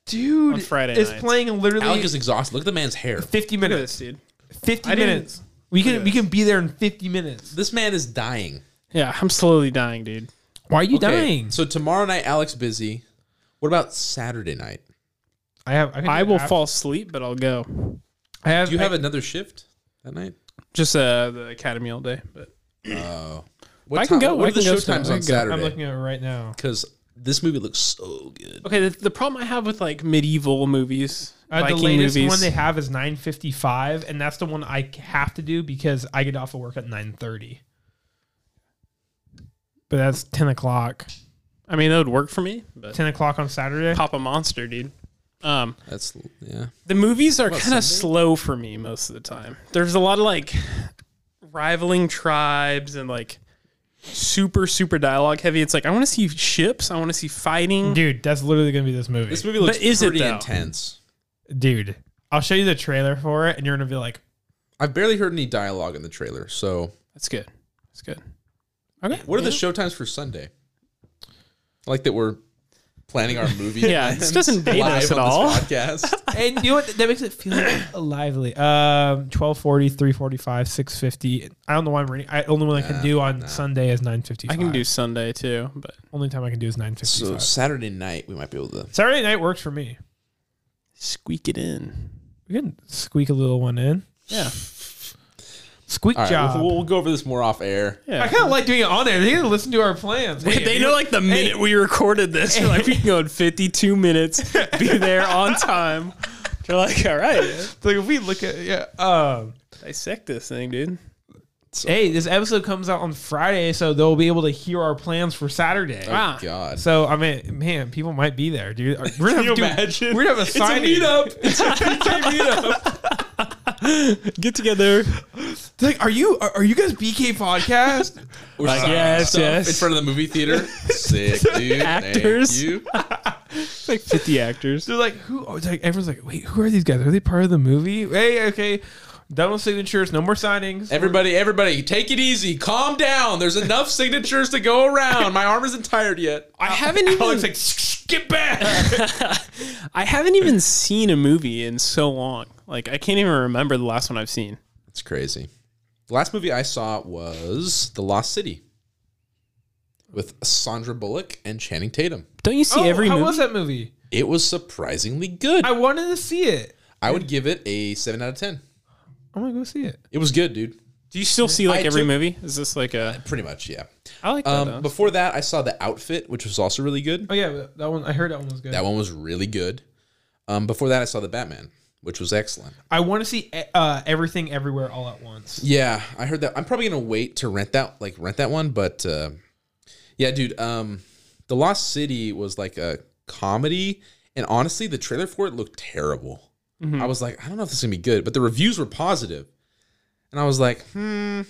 A: dude
B: on Friday
A: is
B: nights.
A: playing literally
C: Alec is exhausted. Look at the man's hair.
A: fifty
B: look at
A: minutes.
B: this dude.
A: Fifty
B: I didn't-
A: minutes. We can we can be there in fifty minutes.
C: This man is dying.
B: Yeah, I'm slowly dying, dude.
A: Why are you
C: Okay,
A: dying?
C: So tomorrow night, Alex busy. What about Saturday night?
A: I have. I, can
B: I
A: do
B: will
A: half-
B: fall asleep, but I'll go.
A: I have.
C: Do you
A: I-
C: have another shift that night?
B: Just uh the academy all day, but
C: Oh, What
B: I can
C: ti-
B: go.
C: What
B: I
C: are the
B: can go
C: show times
B: still. I
C: on
B: can go.
A: I'm looking
C: Saturday?
A: at it right now.
C: Because this movie looks so good.
B: okay. The, the problem I have with like medieval movies,
A: Uh, the
B: Viking
A: latest
B: movies,
A: one they have is 9:55, and that's the one I have to do because I get off of work at 9:30. But that's 10 o'clock.
B: I mean, that would work for me, but
A: 10 o'clock on Saturday.
B: Pop a Monster, dude. Um,
C: That's yeah.
B: the movies are kind
C: Sunday?
B: of slow for me most of the time. There's a lot of like rivaling tribes and like super super dialogue heavy. It's like I want to see ships, I want to see fighting.
A: Dude, that's literally gonna be this movie.
C: This movie looks
B: is it,
C: pretty
B: though?
C: intense.
A: Dude, I'll show you the trailer for it, and you're gonna be like,
C: I've barely heard any dialogue in the trailer. So,
B: That's good. That's good. Okay.
C: what are the show times for Sunday? I Like that we're planning our movie.
B: Yeah, this doesn't date
C: live
B: us at all.
C: on this podcast.
A: and you know what? That makes it feel lively. Um, 12:40, 3:45, 6:50. I don't know why I'm reading. I only one I can
C: Nah,
A: do on
C: nah.
A: Sunday is 9:55.
B: I can do Sunday too, but
A: only time I can do is 9:55.
C: so Saturday night we might be able to.
A: Saturday night works for me.
B: squeak it in.
A: We can squeak a little one in.
B: Yeah.
A: Squeak
C: All right,
A: job.
C: we'll, we'll go over this more off air.
A: I
B: Yeah.
A: kind of like doing it on there. They need to listen to our plans. Wait,
B: They
A: you-
B: know like the minute we recorded this, they're like, we can go in 52 minutes, be there on time. They're like, all right,
A: like if we look at yeah. Um,
B: dissect this thing, dude.
A: hey, this episode comes out on Friday, so they'll be able to hear our plans for Saturday.
C: Oh,
B: Ah.
C: God.
A: So I mean, man, people might be there, dude. We're gonna have,
B: you
A: dude,
B: imagine?
A: We're gonna have a
B: a
A: signing.
B: meetup.
A: It's a PK meetup.
B: Get together.
A: It's like, are you are, are you guys BK podcast?
C: We're
B: Like,
C: signing
B: yes,
C: stuff
B: yes.
C: In front of the movie theater. Sick, dude.
B: Actors.
C: Thank you.
B: It's like 50 actors.
A: They're like, who? oh, It's like everyone's like, wait, who are these guys? Are they part of the movie? Hey, okay, done with signatures. No more signings.
C: Everybody, everybody, take it easy. Calm down. There's enough signatures to go around. My arm isn't tired yet.
B: I haven't even
A: Alex like, "Shh, shh, get back.
B: I haven't even seen a movie in so long. Like I can't even remember the last one I've seen.
C: It's crazy. The last movie I saw was The Lost City with Sandra Bullock and Channing Tatum.
B: Don't you see
A: Oh,
B: every
A: how
B: movie?
A: was that movie?
C: It was surprisingly good.
A: I
C: I,
A: wanted to see it.
C: would give it a 7 out of 10.
A: I'm gonna go see it.
C: It was good, dude.
B: Do you still see like
C: I
B: every
C: took-
B: movie? Is this like a?
C: Pretty much, yeah.
B: I like that.
C: Um,
B: though.
C: before that, I saw The Outfit, which was also really good.
A: Oh yeah, but that one. I heard that one was good.
C: That one was really good. Um, before that, I saw The Batman, which was excellent.
A: I want to see uh, everything everywhere all at once.
C: Yeah, I heard that. I'm probably gonna wait to rent that, like rent that one. But uh, yeah, dude, um, the Lost City was like a comedy, and honestly, the trailer for it looked terrible.
A: Mm-hmm.
C: I was like, I don't know if this is gonna be good, but the reviews were positive, and I was like, hmm,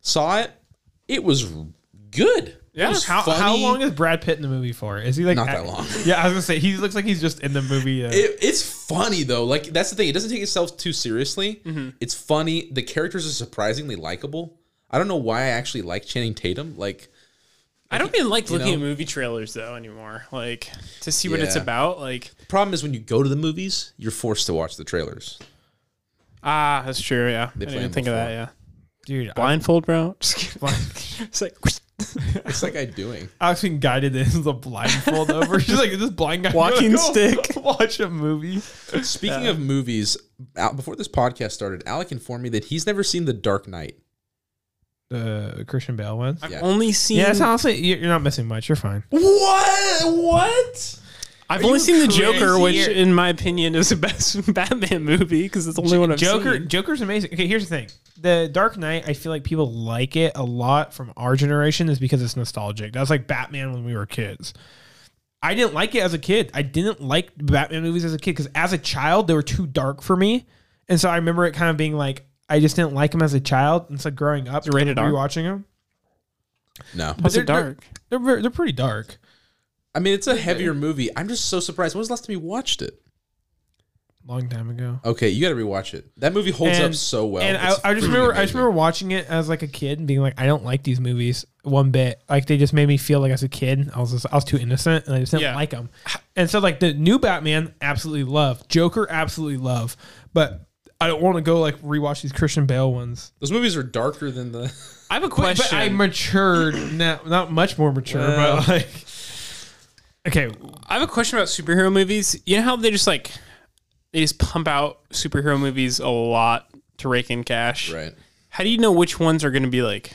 C: saw it. It was r- good. It was
A: How, how
C: funny.
A: long is Brad Pitt in the movie for? Is he like
C: Not that long.
A: Yeah, I was gonna say he looks like he's just in the movie. Uh,
C: It, it's funny though. Like that's the thing. It doesn't take itself too seriously.
A: Mm-hmm.
C: It's funny. The characters are surprisingly likable. I don't know why I actually like Channing Tatum. Like
B: I don't even like looking
C: know?
B: at movie trailers though anymore. Like to see what it's
C: Yeah.
B: about. Like
C: problem is when you go to the movies, you're forced to watch the trailers.
B: ah, that's true. Yeah, I
C: play
B: didn't
C: them
B: think of that.
C: before.
B: Yeah,
A: dude, I-
B: blindfold, bro. Just kidding.
A: like,
B: it's like
C: What's that guy doing?
A: I was being guided into the blindfold over. She's like this blind guy.
B: Walking
A: Go
B: stick.
A: Watch a movie.
C: Speaking of movies, Al- before this podcast started, Alec informed me that he's never seen The Dark Knight.
A: Uh, Christian Bale one.
C: Yeah.
B: Only seen.
A: Yeah, it's honestly you're you're not missing much. You're fine.
C: What? What?
B: I've
A: you
B: only seen the Joker, which,
A: crazy?
B: in my opinion, is the best Batman movie because it's the only one I've
A: Joker.
B: seen.
A: Joker's amazing. Okay, here's the thing. The Dark Knight, I feel like people like it a lot from our generation is because it's nostalgic. That was like Batman when we were kids. I didn't like it as a kid. I didn't like Batman movies as a kid because as a child they were too dark for me, and so I remember it kind of being like I just didn't like them as a child. And so growing up,
B: rated R?
A: rewatching them,
C: No.
B: Was
A: they're-
B: it dark?
A: they're ver- they're pretty dark.
C: I mean, it's a heavier movie. I'm just so surprised. When was the last time you watched it?
A: Long time ago.
C: Okay, you got to rewatch it. That movie holds up
A: And-
C: so well.
A: and I,
C: It's
A: I just
C: freaking
A: remember I just
C: amazing.
A: remember watching it as like a kid and being like, I don't like these movies one bit. Like they just made me feel like as a kid, I was just, I was too innocent and I just didn't
B: Yeah.
A: like them. And so like the new Batman, absolutely love. Joker, absolutely love. But I don't want to go like rewatch these Christian Bale ones.
C: Those movies are darker than the.
B: I have a
A: But,
B: question.
A: but I matured now, not much more mature, but like okay,
B: I have a question about superhero movies. You know how they just like they just pump out superhero movies a lot to rake in cash.
C: right.
B: How do you know which ones are going to be like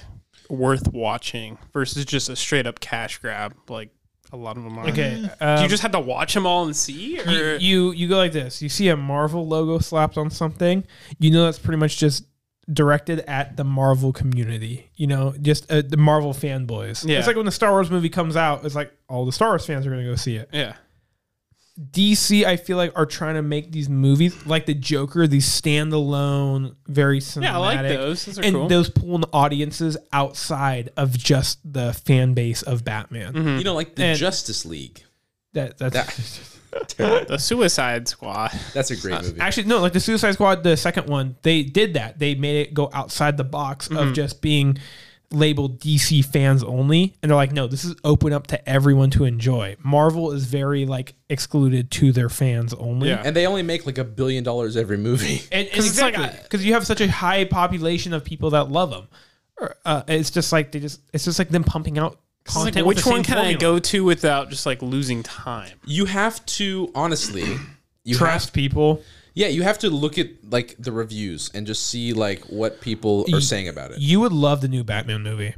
B: worth watching versus just a straight up cash grab? Like a lot of them are.
A: okay.
B: Do
A: um,
B: you just have to watch them all and see? Or
A: you, you you go like this. You see a Marvel logo slapped on something, you know that's pretty much just directed at the Marvel community. You know, just uh, the Marvel fanboys.
B: Yeah.
A: It's like when the Star Wars movie comes out, it's like all the Star Wars fans are going to go see it.
B: yeah.
A: DC, I feel like, are trying to make these movies like the Joker, these standalone, very cinematic.
B: Yeah, I like those. Those are
A: And
B: cool.
A: those pull in audiences outside of just the fan base of Batman.
B: Mm-hmm.
C: You know, like the
A: Hmm. And-
C: Justice League.
A: That that's
B: the Suicide Squad.
C: That's a great movie.
A: Actually, no, like the Suicide Squad, the second one, they did that. They made it go outside the box
B: Mm-hmm.
A: of just being labeled DC fans only. And they're like, no, this is open up to everyone to enjoy. Marvel is very like excluded to their fans only.
B: Yeah.
C: And they only make like a billion dollars every movie.
A: And, and
B: 'Cause it's like
A: exactly
B: a-
A: because you have such a high population of people that love them. Uh, it's just like they just it's just like them pumping out
B: It's like,
A: content. with
B: which
A: the
B: one
A: same
B: can I
A: formula.
B: go to without just like losing time?
C: You have to honestly. You have,
A: Trust people.
C: yeah, you have to look at like the reviews and just see like what people are
A: You-
C: saying about it.
A: You would love the new Batman movie,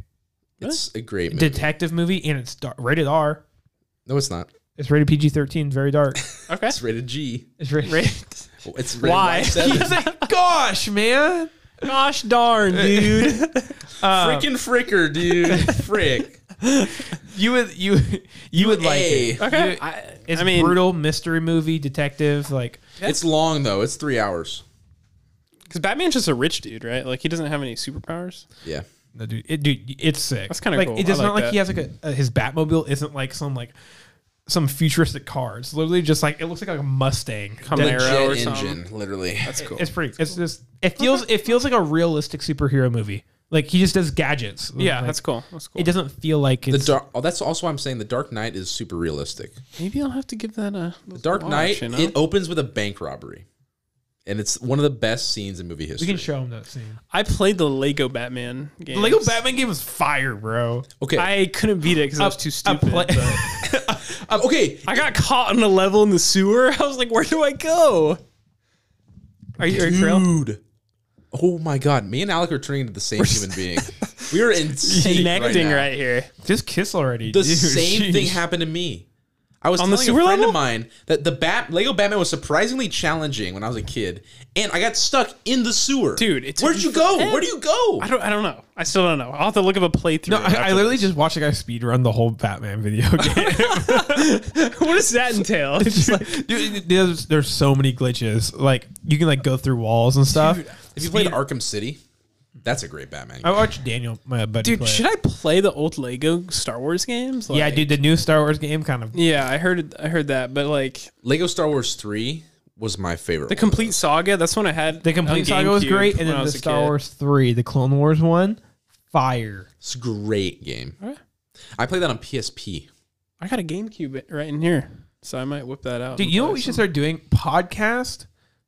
C: It's a great movie.
A: detective movie, and it's dar- rated R.
C: No, it's not.
A: It's rated PG thirteen, very dark.
B: Okay.
C: It's rated G.
A: It's rated.
B: Right.
C: It's rated
B: Why?
C: Y7.
A: Gosh, man.
B: Gosh darn, dude.
C: Freaking fricker, dude. Frick.
A: You would you you would like it.
C: Hey.
B: okay. I,
A: It's
B: I mean,
A: brutal mystery movie, detective, like
C: It's long though. It's three hours.
B: because Batman's just a rich dude, right? Like he doesn't have any superpowers.
C: Yeah.
A: no, dude, it, dude, it's sick.
B: That's kinda
A: like,
B: cool.
A: It's just
B: I like
A: not like
B: that.
A: he has like a, a his Batmobile isn't like some like some futuristic car. It's literally just like it looks like a Mustang.
B: Camaro
C: Jet
B: or something.
C: engine, literally. That's cool.
A: It's pretty. It's just it feels it feels like a realistic superhero movie. Like he just does gadgets.
B: Yeah,
A: Like,
B: that's cool. That's cool.
A: It doesn't feel like
C: The
A: it's
C: dark. Oh, that's also why I'm saying the Dark Knight is super realistic.
B: Maybe I'll have to give that a
C: The Dark Knight. It opens with a bank robbery, and it's one of the best scenes in movie
A: we
C: history.
A: can show him that scene.
B: I played the Lego Batman game.
A: The Lego Batman game is fire, bro.
C: okay.
B: I couldn't beat it because I was too stupid. but
C: Um, okay.
B: I got caught on a level in the sewer. I was like, "Where do I go?" Are you, are you real?
C: Dude. Oh my God. Me and Alec are turning into the same human being. We are in sync
B: connecting
C: now.
B: right, here?
A: Just kiss already.
C: The
A: dude.
C: same
A: Jeez.
C: thing happened to me. I was
B: On the
C: telling
B: sewer
C: a friend
B: level?
C: of mine that the Bat Lego Batman was surprisingly challenging when I was a kid, and I got stuck in the sewer.
B: Dude, it took
C: where'd
B: me
C: you go?
B: forever.
C: Where do you go?
B: I don't. I don't know. I still don't know. I'll have to look up a playthrough.
A: No, I, I
B: after
A: literally just watched a guy speed run the whole Batman video game.
B: this. what does that entail?
A: Dude, there's, there's so many glitches. Like you can like go through walls and stuff.
C: Have you played Arkham City? That's a great Batman.
A: I
B: Oh.
C: Game.
A: watched Daniel, my buddy.
B: Dude,
A: play
B: should
A: it.
B: I play the old Lego Star Wars games?
A: Yeah,
B: Like-
A: dude, the new Star Wars game kind of.
B: Yeah, I heard. I heard that, but like
C: Lego Star Wars Three was my favorite.
B: the complete saga. That's when I had
A: The complete
B: on
A: saga was
B: GameCube
A: great,
B: when
A: and
B: I
A: then the
B: was a
A: Star
B: kid.
A: Wars three, the Clone Wars one, fire.
C: It's a great game. I played that on PSP.
B: I got a GameCube right in here, so I might whip that out.
A: Dude,
B: and
A: you know
B: play
A: what we should
B: some.
A: start doing? Podcast,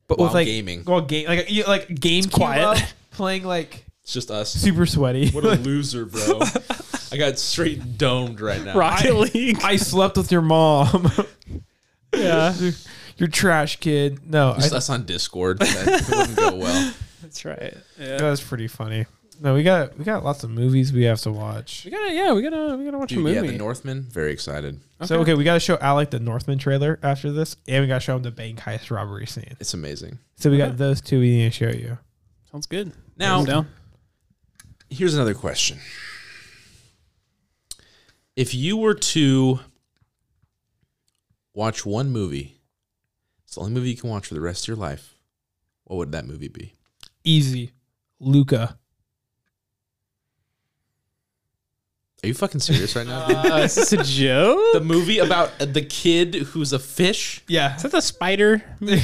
A: but
C: While
A: with like
C: gaming.
A: Well, game like you, like game
B: quiet.
A: playing like
C: It's just us.
A: super sweaty.
C: What a loser, bro. I I got straight domed right now.
B: Rocket League.
A: I slept with your mom.
B: yeah,
A: You're trash, kid. No, I,
C: That's on Discord. That wouldn't go well.
B: that's right.
A: that
B: Yeah.
A: was pretty funny. No, we got we got lots of movies we have to watch.
B: We gotta, yeah, we gotta, we gotta watch a
C: Dude,
B: movie.
C: yeah, the Northman. Very excited.
A: So okay, we got to show Alec the Northman trailer after this, and we got to show him the bank heist robbery scene.
C: It's amazing.
A: So we got those two we need to show you.
B: Sounds good.
C: Now-
B: Thumbs down.
C: Here's another question. If you were to watch one movie, it's the only movie you can watch for the rest of your life, what would that movie be?
A: Easy, Luca.
C: Are you fucking serious right now? dude?
B: Uh, is this a joke?
C: the movie about uh, the kid who's a fish.
A: Yeah.
B: is that the spider
A: no.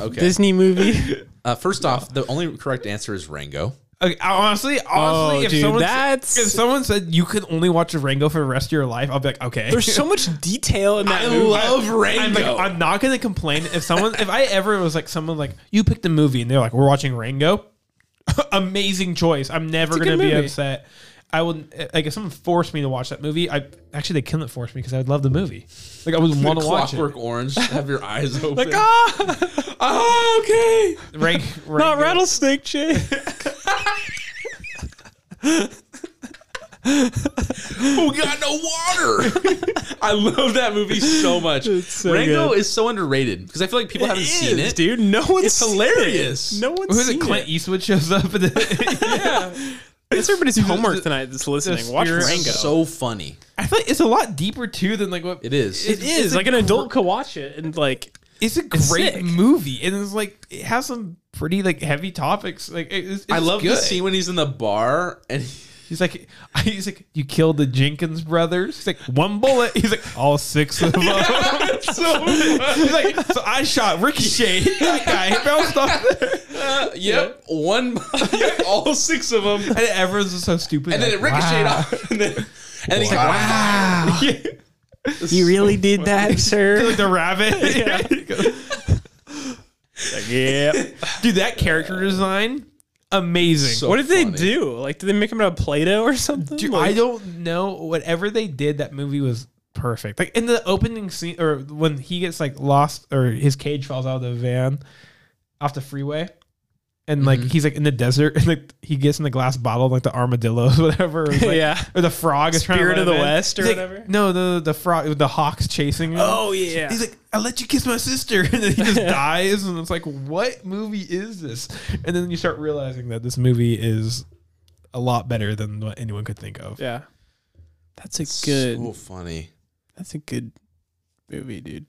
C: Okay.
B: Disney movie?
C: Uh, first off, the only correct answer is Rango.
A: okay. Honestly, honestly,
B: Oh,
A: if
B: dude,
A: someone
B: that's-
A: if someone said you could only watch Rango for the rest of your life, I'll be like, okay.
B: There's so much detail in that
C: I
B: movie.
C: love Rango.
A: I'm like, I'm not gonna complain if someone, if I ever was like, someone like, you picked a movie and they're like, we're watching Rango, amazing choice. I'm never
B: good
A: gonna be
B: movie.
A: upset. I would like if someone forced me to watch that movie. I actually they couldn't force me because I would love the movie. Like I would want to watch
C: Clockwork
A: it.
C: Orange. Have your eyes open.
B: Like, ah,
C: oh, okay.
A: Rank,
B: not
A: Rango.
B: rattlesnake chick.
C: Who got no water? I love that movie so much.
B: so
C: Rango
B: good.
C: is so underrated because I feel like people haven't seen
B: is,
C: it.
B: dude. No one's
C: It's
B: seen
C: hilarious.
B: It. No one's
A: Who's
B: seen
A: it? Clint
B: it.
A: Eastwood shows up. And
B: It's everybody's homework
A: the-
B: tonight that's listening.
A: the
B: Watch
A: spirit-
B: Rango.
C: It's so funny.
A: I feel like it's a lot deeper too than like what
C: It is.
B: it is
A: it's a
B: like an adult could watch it and like
A: It's a
B: It's
A: great
B: sick.
A: movie, and it's like it has some pretty like heavy topics. Like it- it's, it's
C: I love
A: good.
C: the scene when he's in the bar and
A: He's like, he's like, you killed the Jenkins brothers. He's like, one bullet. He's like, all six of them. so he's like, so I shot Ricochet. That guy bounced off there.
C: uh, yep, one, yep, all six of them,
A: And everyone's just so stupid.
C: and then it
A: Like,
C: ricocheted
A: wow.
C: off, and then, and then he's like, wow.
B: you really did that, sir.
A: Like the rabbit.
B: yeah.
A: Dude, that character design, amazing.
C: So
B: What did they
C: funny.
B: do? Like, did they make him out of Play-Doh or something?
A: Dude,
B: Like-
A: I don't know. Whatever they did, that movie was perfect. Like in the opening scene, or when he gets like lost, or his cage falls out of the van off the freeway, and
B: Mm-hmm.
A: like he's like in the desert, and like he gets in the glass bottle, like the armadillos, whatever. It's, like-
B: Yeah.
A: Or the frog is trying to
B: Spirit
A: let
B: of the
A: him in.
B: West or
A: He's like-
B: whatever?
A: No, the the frog, the hawks chasing him.
B: Oh yeah.
A: He's like, I let you kiss my sister, and then he just dies, and it's like, what movie is this? And then you start realizing that this movie is a lot better than what anyone could think of.
B: yeah. That's a good.
C: So funny.
B: That's a good movie, dude.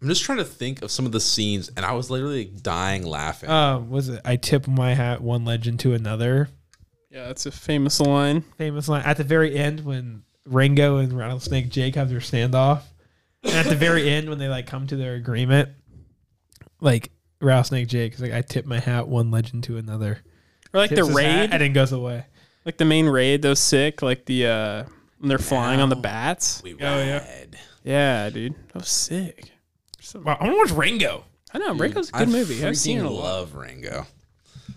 C: I'm just trying to think of some of the scenes, and I was literally dying laughing.
A: Um, was it I tip my hat one legend to another?
B: Yeah, that's a famous line.
A: Famous line at the very end when Rango and Rattlesnake Jake have their standoff, and at the very end when they like come to their agreement, like Rattlesnake Jake is like, I tip my hat one legend to another.
B: Or like
A: Tips
B: the
A: his hat,
B: raid,
A: and it goes away.
B: like the main raid. Those sick, like the uh, when they're flying on the bats.
C: we ride.
B: Yeah, dude, that was sick.
A: Wow, I want to watch Rango.
B: I know Rango's a good
C: I
B: movie. I've seen
C: freaking
B: it a lot.
C: love Rango.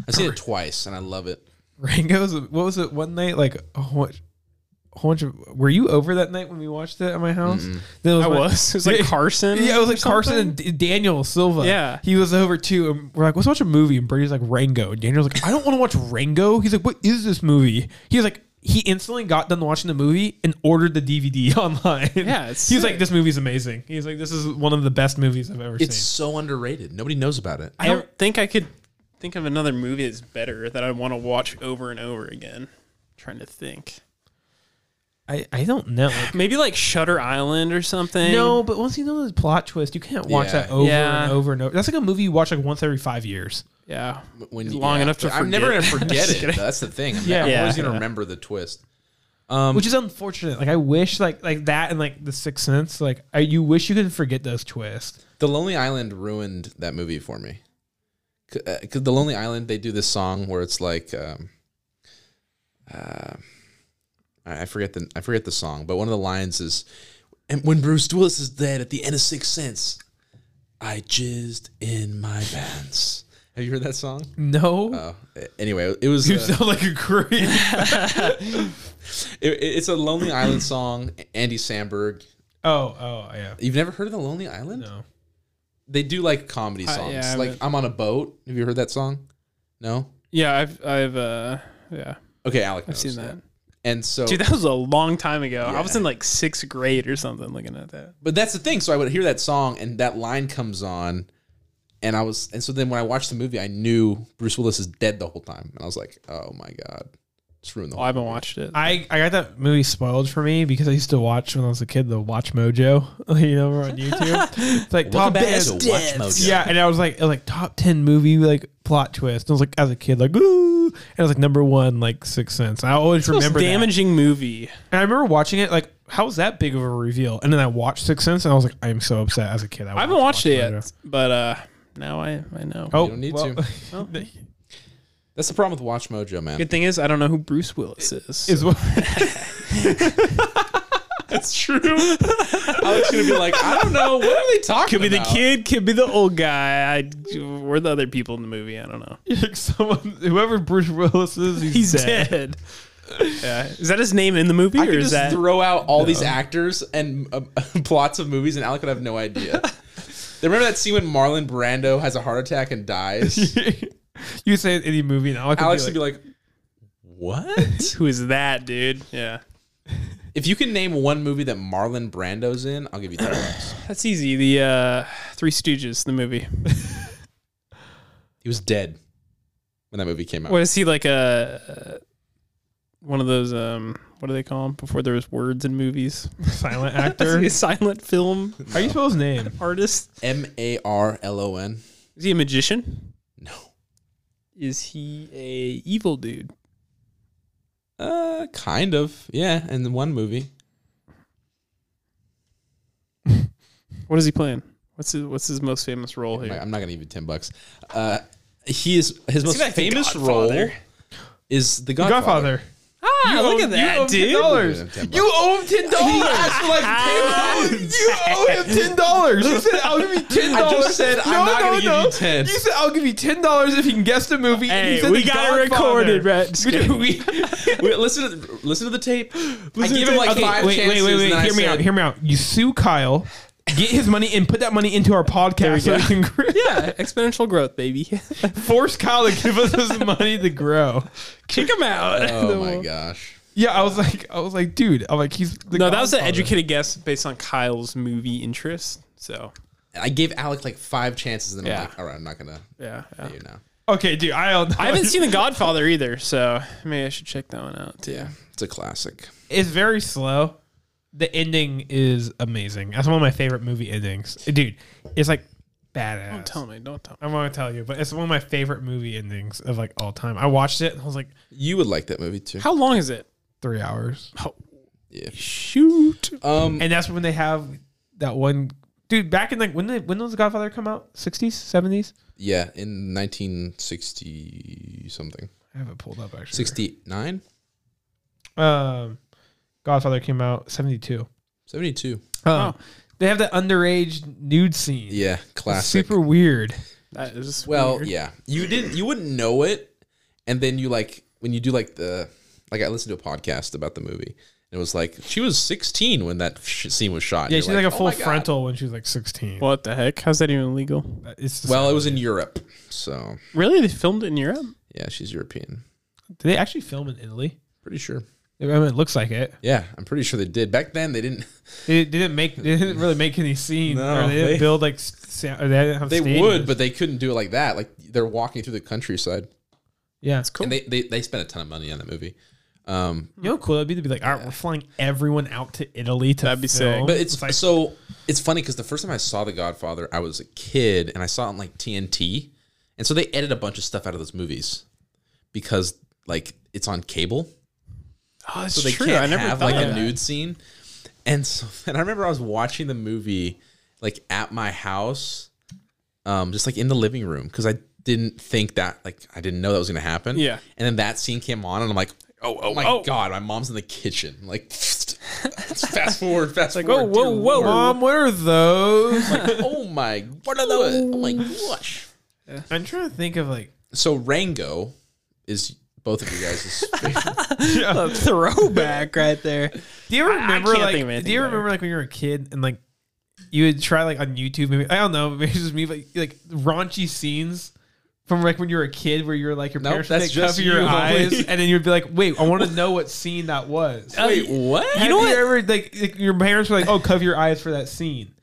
C: I've seen it twice, and I love it.
A: Rango's what was it one night like a whole, a whole bunch of were you over that night when we watched it at my house? Then it
B: I
A: my-
B: was. It was like Carson.
A: Yeah, it was
B: or
A: like Carson
B: something.
A: and D- Daniel Silva.
B: Yeah.
A: he was over too. And we're like, let's watch a movie. And Brady's like Rango. And Daniel's like, I don't want to watch Rango. He's like, what is this movie? He's like, he instantly got done watching the movie and ordered the DVD online.
B: Yeah, it's
A: he's like,
B: sick.
A: this movie's amazing. He's like, this is one of the best movies I've ever
C: It's
A: seen.
C: so underrated. Nobody knows about it.
B: I don't think I could think of another movie that's better that I want to watch over and over again. trying to think.
A: I, I don't know.
B: Maybe like Shutter Island or something.
A: No, but once you know the plot twist, you can't watch
C: Yeah.
A: that over
B: Yeah.
A: and over and over. That's like a movie you watch like once every five years.
B: Yeah.
C: When
B: It's long enough to
C: I'm never gonna
B: forget.
C: forget
B: Just
C: it.
B: kidding.
C: That's the thing. I'm,
A: Yeah.
C: I'm always
B: Yeah.
C: gonna remember the twist. Um,
A: which is unfortunate. Like I wish, like like that, and like the Sixth Sense. Like I, you wish you could forget those twists.
C: The Lonely Island ruined that movie for me. Because The Lonely Island, they do this song where it's like, um, uh, I I forget the I forget the song, but one of the lines is, "And when Bruce Willis is dead at the end of Sixth Sense, I jizzed in my pants." Have you heard that song?
A: No.
C: Oh, anyway, it was.
A: you
C: uh,
A: sound like a creep.
C: it, it's a Lonely Island song. Andy Samberg.
A: oh, oh, yeah.
C: You've never heard of the Lonely Island?
A: No.
C: They do like comedy
B: Uh,
C: songs.
B: yeah, I
C: like
B: haven't-
C: I'm on a boat. Have you heard that song? No.
B: Yeah, I've I've uh yeah,
C: Okay, Alec.
B: I've
C: knows,
B: seen
C: yeah.
B: that.
C: And so,
B: Dude, that was a long time ago. I was
C: Yeah.
B: in like sixth grade or something looking at that.
C: but that's the thing. So I would hear that song, and that line comes on, and I was, and so then when I watched the movie, I knew Bruce Willis is dead the whole time, and I was like, oh my god, it's ruined the
B: Oh,
C: whole.
B: I haven't watched it.
A: I, I got that movie spoiled for me because I used to watch when I was a kid the Watch Mojo, you know, over on YouTube. It's like top
C: Welcome back
A: best
C: to Watch
A: deaths.
C: Mojo.
A: Yeah, and I was like, it was like top ten movie like plot twist. And I was like, as a kid, like ooh, and it was like number one, like Sixth Sense. And I always
B: Most
A: remember that.
B: damaging movie.
A: And I remember watching it like, how was that big of a reveal? And then I watched Sixth Sense, and I was like, I am so upset as a kid.
B: I haven't watched it yet, but uh now I I know.
A: Oh,
C: You don't need
A: well,
C: to. That's the problem with Watch Mojo, man.
B: Good thing is I don't know who Bruce Willis is.
A: is what
B: That's true.
C: Alec's gonna be like, I don't know, what are they talking
B: Could be the
C: about?
B: kid, could be the old guy. I, we're the other people in the movie. I don't know.
A: like someone, whoever Bruce Willis is, he's,
B: He's
A: dead.
B: dead. yeah. Is that his name in the movie,
C: I
B: or
C: could
B: is
C: just
B: that
C: throw out all these actors and uh, plots of movies, and Alec would have no idea. They Remember that scene when Marlon Brando has a heart attack and dies?
A: you say any movie, and Alex,
C: Alex
A: would be
C: would
A: like,
C: be like, "What?"
B: who is that dude? Yeah,
C: if you can name one movie that Marlon Brando's in, I'll give you ten bucks.
B: that's easy. The uh, Three Stooges, the movie.
C: He was dead when that movie came out.
B: What is he like a uh, one of those? Um, what do they call him? Before there was words in movies,
A: silent
B: is
A: actor.
B: he a silent film
A: How do you spell his name?
B: artist?
C: M A R L O N.
B: Is he a magician?
C: No.
B: Is he a evil dude?
C: Uh, kind of. Yeah, and one movie.
B: What is he playing? What's his What's his most famous role
C: I'm
B: here?
C: not- I'm not gonna give you ten bucks. Uh, he is his most
B: like the
C: famous
B: Godfather.
C: role is the Godfather.
A: Godfather.
B: Ah, look at that, dude.
C: Yeah,
A: dollars.
C: $10.
A: You owe him ten dollars. like you owe him ten dollars. You said I'll give you ten
C: I
A: dollars.
C: just said, "I'm not gonna give you 10."
A: You said I'll give you ten dollars if you can guess the movie. and you
B: Hey,
A: said
B: we
A: The
B: got it
A: Godfather.
B: recorded, right? Just kidding.
A: We,
C: Wait, listen to the, listen to the tape. I
A: Listen
C: gave
A: to it.
C: him like
A: Okay,
C: five
A: wait,
C: chances.
A: Wait, wait,
C: and
A: wait.
C: I
A: Hear me
C: said-
A: out. Hear me out. You sue Kyle, get his money, and put that money into our podcast. So we can gr-
B: yeah, exponential growth, baby.
A: force Kyle to give us his money to grow.
B: Kick him out.
C: Oh my gosh.
A: Yeah, I was like, I was like, dude, I'm like, he's the
B: No, that was an
A: Godfather.
B: educated guess based on Kyle's movie interest. So
C: I gave Alec like five chances, and then
B: Yeah.
C: I'm like, all right, I'm not gonna
B: yeah, yeah.
C: pay you now.
A: Okay, dude, I don't.
B: I haven't seen The Godfather either, so maybe I should check that one out too.
C: Yeah, it's a classic.
A: It's very slow. The ending is amazing. That's one of my favorite movie endings, Uh, dude. It's like badass.
B: Don't tell me, don't tell
A: I
B: me.
A: want to tell you, but it's one of my favorite movie endings of like all time. I watched it and I was like,
C: You would like that movie too.
B: How long is it?
A: three hours.
B: Oh,
C: Yeah.
B: shoot.
C: Um,
A: and that's when they have that one dude back in like when did when does the Godfather come out? Sixties, seventies?
C: yeah, in 1960 something,
A: I have it pulled up actually.
C: 69,
A: Um, Godfather came out seventy two.
C: 72.
A: Oh, they have that underage nude scene.
C: Yeah,
A: It's
C: classic.
A: super weird.
B: That is
C: Well,
B: weird.
C: yeah, you didn't, you wouldn't know it, and then you like when you do like the like I listened to a podcast about the movie. and It was like she was 16 when that sh- scene was shot. and
A: Yeah,
C: you're
A: she's like, a
C: "Oh
A: full
C: my God."
A: frontal when she was like sixteen.
B: What the heck? How's that even legal?
A: it's just-
C: Well, it was in Europe, so
B: Really? They filmed it in Europe?
C: yeah, she's European.
A: did they actually film in Italy?
C: Pretty sure.
A: I mean, it looks like it.
C: Yeah, I'm pretty sure they did. Back then, they didn't.
A: They didn't make. They didn't really make any scenes.
C: No,
A: or they didn't
C: they-
A: build like. s- Sound, or they didn't have.
C: They
A: stadiums.
C: would, but they couldn't do it like that. Like they're walking through the countryside,
A: yeah, it's
C: and they, they they spent a ton of money on that movie. Um,
A: You know, how cool it'd be to be like, all right, we're flying everyone out to Italy to.
B: That'd be sick.
A: film."
C: but it's,
A: like
C: so it's funny because the first time I saw The Godfather, I was a kid, and I saw it on like TNT, and so they edit a bunch of stuff out of those movies because like it's on cable.
B: Oh, it's
C: so they can't have like a nude scene. And so, and I remember I was watching the movie like at my house, um, just like in the living room because I didn't think that like I didn't know that was gonna happen.
B: Yeah.
C: And then that scene came on, and I'm like, oh, oh my
B: oh.
C: god, my mom's in the kitchen. Like, fast forward, fast
B: Like, oh,
C: forward.
B: whoa,
C: dear
B: whoa, whoa,
C: Lord.
A: Mom, what are those?
C: Like, oh my, what are those? Oh my gosh.
A: I'm trying to think of like
C: So Rango is both of you guys' favorite.
B: A throwback right there.
A: Do you ever
B: I
A: remember
B: can't
A: like?
B: think of anything
A: do you
B: better.
A: remember like when you were a kid and like you would try like on YouTube? Maybe I don't know. Maybe it's just me, but like raunchy scenes from like when you were a kid, where you're like your
C: Nope,
A: parents would
C: that's
A: like, cover
C: just
A: your
C: you only.
A: eyes, and then you'd be like, "Wait, I want to know what scene that was."
B: Uh,
C: Wait, what?
A: Have
B: know what?
A: ever like, like, your parents were like, "Oh, cover your eyes for that scene."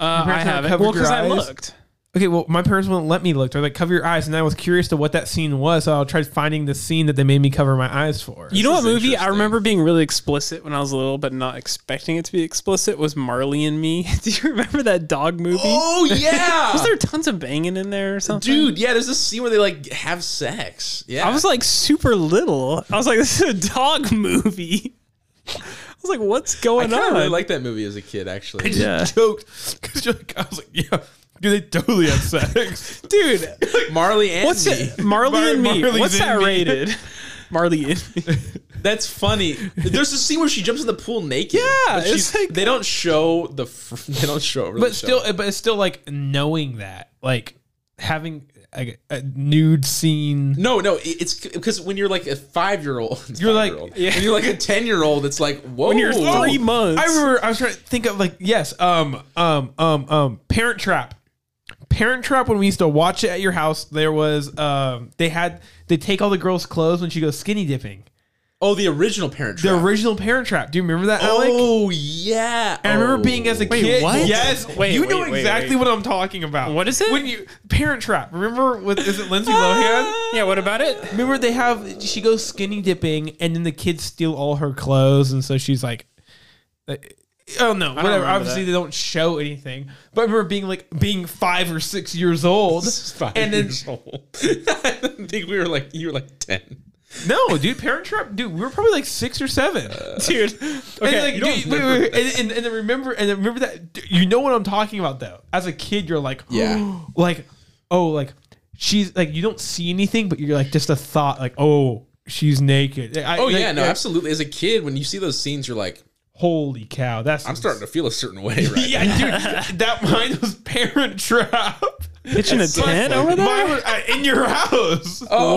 B: Uh, I
A: parents not
B: haven't.
A: covered
B: Well, because
A: your
B: I
A: eyes?
B: looked.
A: Okay, well, my parents wouldn't let me look. They're like, "Cover your eyes," and I was curious to what that scene was, so I tried finding the scene that they made me cover my eyes for.
B: You know
C: This
B: what
C: is
B: movie I
C: interesting.
B: remember being really explicit when I was little, but not expecting it to be explicit was Marley and Me. Do you remember that dog movie?
C: Oh
B: Was
C: yeah,
B: there tons of banging in there or something?
C: dude. Yeah, there's this scene where they like have sex. Yeah,
B: I was like super little. I was like, this is a dog movie. I was like, what's
C: I
B: going
C: kind
B: on?
C: of really liked that movie as a kid. Actually,
B: Yeah.
A: joked because you're like, I was like, "Yeah, dude, they totally have sex."
B: Dude,
C: Marley and
B: what's
C: me.
B: it? Marley
A: Mar-
B: and me.
A: Marley's
B: what's that
A: in me.
B: rated? Marley and me.
C: That's funny. There's a scene where she jumps in the pool naked.
B: Yeah,
C: But she's-
B: it's like-
C: they don't show the. fr- They don't show. it really
A: but
C: show.
A: still, but it's still like knowing that, like having a, a nude scene.
C: No, no, it- it's because when you're like a five year old,
A: You're like-
B: yeah.
C: when you're like a ten year old, it's like whoa.
B: When you're three months.
A: I remember I was trying to think of like yes, um, um, um, um, Parent Trap. Parent Trap. When we used to watch it at your house, there was um, they had they take all the girls' clothes when she goes skinny dipping.
C: oh, the original Parent
A: The
C: Trap.
A: original Parent Trap. Do you remember that, Alec?
C: oh yeah.
A: I remember
C: Oh.
A: being as a kid.
B: what?
A: Yes,
B: Wait,
A: you
B: wait,
A: know
B: wait, wait.
A: exactly what I'm talking about.
B: What is it?
A: When you Parent Trap. Remember with is it Lindsay Lohan?
B: yeah, what about it?
A: Remember they have she goes skinny dipping and then the kids steal all her clothes and so she's like oh no whatever
B: remember
A: obviously they don't show anything but I remember being like being 5 or 6 years old
C: Five
A: and then
C: years old. I don't think we were like you were like ten.
A: no dude parent trap dude we were probably like 6 or 7
B: Dude.
A: and,
B: Okay.
A: like,
C: Uh, don't
A: dude, wait, wait, wait, and, and, and then remember and then remember that dude, you know what I'm talking about though as a kid you're like
C: Yeah.
A: like oh like she's like you don't see anything but you're like just a thought like oh she's naked I-
C: Oh
A: like,
C: yeah, no, absolutely. As a kid, when you see those scenes, you're like,
A: Holy cow! That's
C: I'm starting to feel a certain way right
A: Yeah, dude, that mine was Parent Trap.
B: Pitching a tent over
A: Mine
B: there?
A: was uh, in your house.
C: Oh,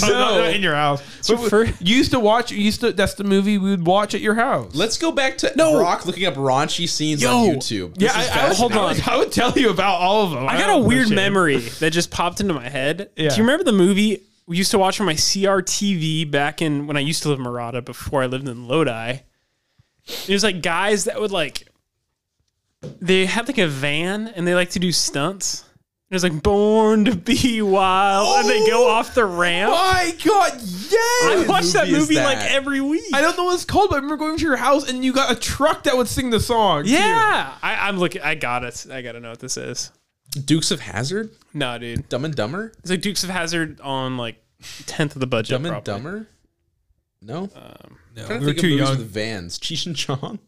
A: No, no, not in your house. But we-
B: fir-
A: you used to watch. You used to. That's the movie we would watch at your house.
C: Let's go back to Brock looking up raunchy scenes
B: Yo.
C: on YouTube.
A: yeah,
C: This is
A: I, I,
C: fascinating.
A: hold on. I would tell you about all of them.
B: I got a
A: don't give
B: weird
A: shit.
B: memory that just popped into my head.
A: Yeah.
B: Do you remember the movie we used to watch on my CRTV back in when I used to live in Murata before I lived in Lodi? It was like guys that would like they had like a van and they like to do stunts. It was like born to be wild and they
A: Oh!
B: go off the ramp.
A: My God,
B: I
A: yes.
C: What
B: watched that
C: movie is
B: movie like
C: that?
B: every week.
A: I don't know what it's called, but I remember going to your house and you got a truck that would sing the song. too.
B: yeah, I, I'm looking. I got it. I gotta know what this is.
C: Dukes of Hazard,
B: No, dude.
C: Dumb and Dumber,
B: It's like Dukes of Hazard on like tenth of the budget.
C: Dumb and
B: probably.
C: Dumber. No,
A: No,
C: Trying
A: we
C: to
A: were
C: think of
A: too
C: movies
A: young.
C: with vans. Cheech and Chong.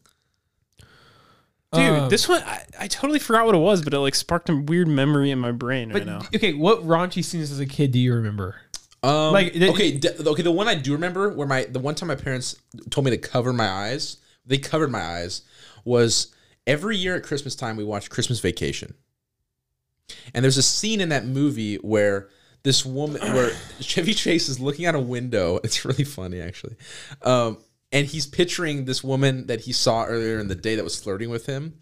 B: Dude,
A: Um,
B: this one I, I totally forgot what it was, but it like sparked a weird memory in my brain right
A: But,
B: now.
A: okay, what raunchy scenes as a kid do you remember?
C: Um,
A: Like, the-
C: okay, d- okay. The one I do remember, where my the one time my parents told me to cover my eyes, they covered my eyes. Was every year at Christmas time we watched Christmas Vacation, and there's a scene in that movie where this woman, where Chevy Chase is looking out a window. It's really funny actually, um, and he's picturing this woman that he saw earlier in the day that was flirting with him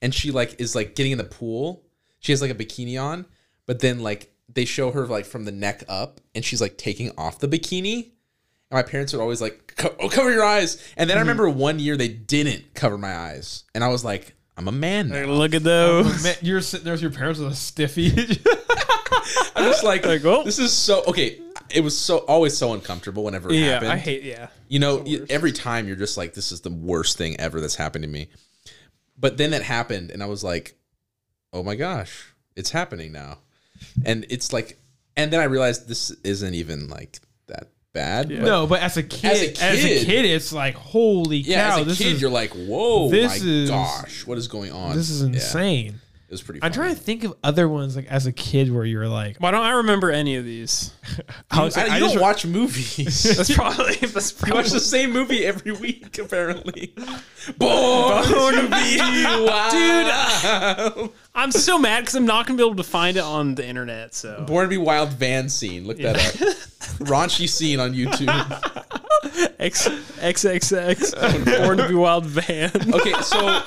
C: and she like is like getting in the pool. She has like a bikini on, but then like they show her like from the neck up, and she's like taking off the bikini. And my parents would always like, "Co- oh, cover your eyes. And
B: Hmm.
C: then I remember one year they didn't cover my eyes, and I was like, I'm a man
B: Like,
C: now.
B: look at
C: Oh,
B: those.
A: Man, you're sitting there with your parents with a stiffy.
C: I'm just like,
B: Like, oh.
C: this is so okay. It was so always so uncomfortable whenever it
B: yeah,
C: happened.
B: I hate. Yeah,
C: You know, you- every time you're just like, this is the worst thing ever that's happened to me. But then it happened, and I was like, oh my gosh, it's happening now. And it's like, and then I realized this isn't even like that bad. but-
A: No, but as a kid, as a kid,
C: kid-
A: it's like holy
C: yeah,
A: cow!
C: as a
A: this
C: kid,
A: is
C: you're like, whoa,
A: this
C: my
A: is-
C: gosh, what is going on?
A: this is
C: Yeah.
A: insane.
C: was pretty.
A: I'm
C: Funny.
A: trying to think of other ones like as a kid where you were like,
B: Why don't I remember any of these?
A: I was
C: I,
A: like,
C: you
A: I
C: don't
A: just-
C: watch movies.
B: That's probably that's
C: you watch
B: probably
C: the same movie every week, apparently. Born, to be wild, dude.
B: I'm so mad because I'm not gonna be able to find it on the internet. So
C: Born to be wild van scene. Look that up. Raunchy scene on YouTube.
B: X X X X
C: Oh,
B: Born to Be Wild Van.
C: Okay, so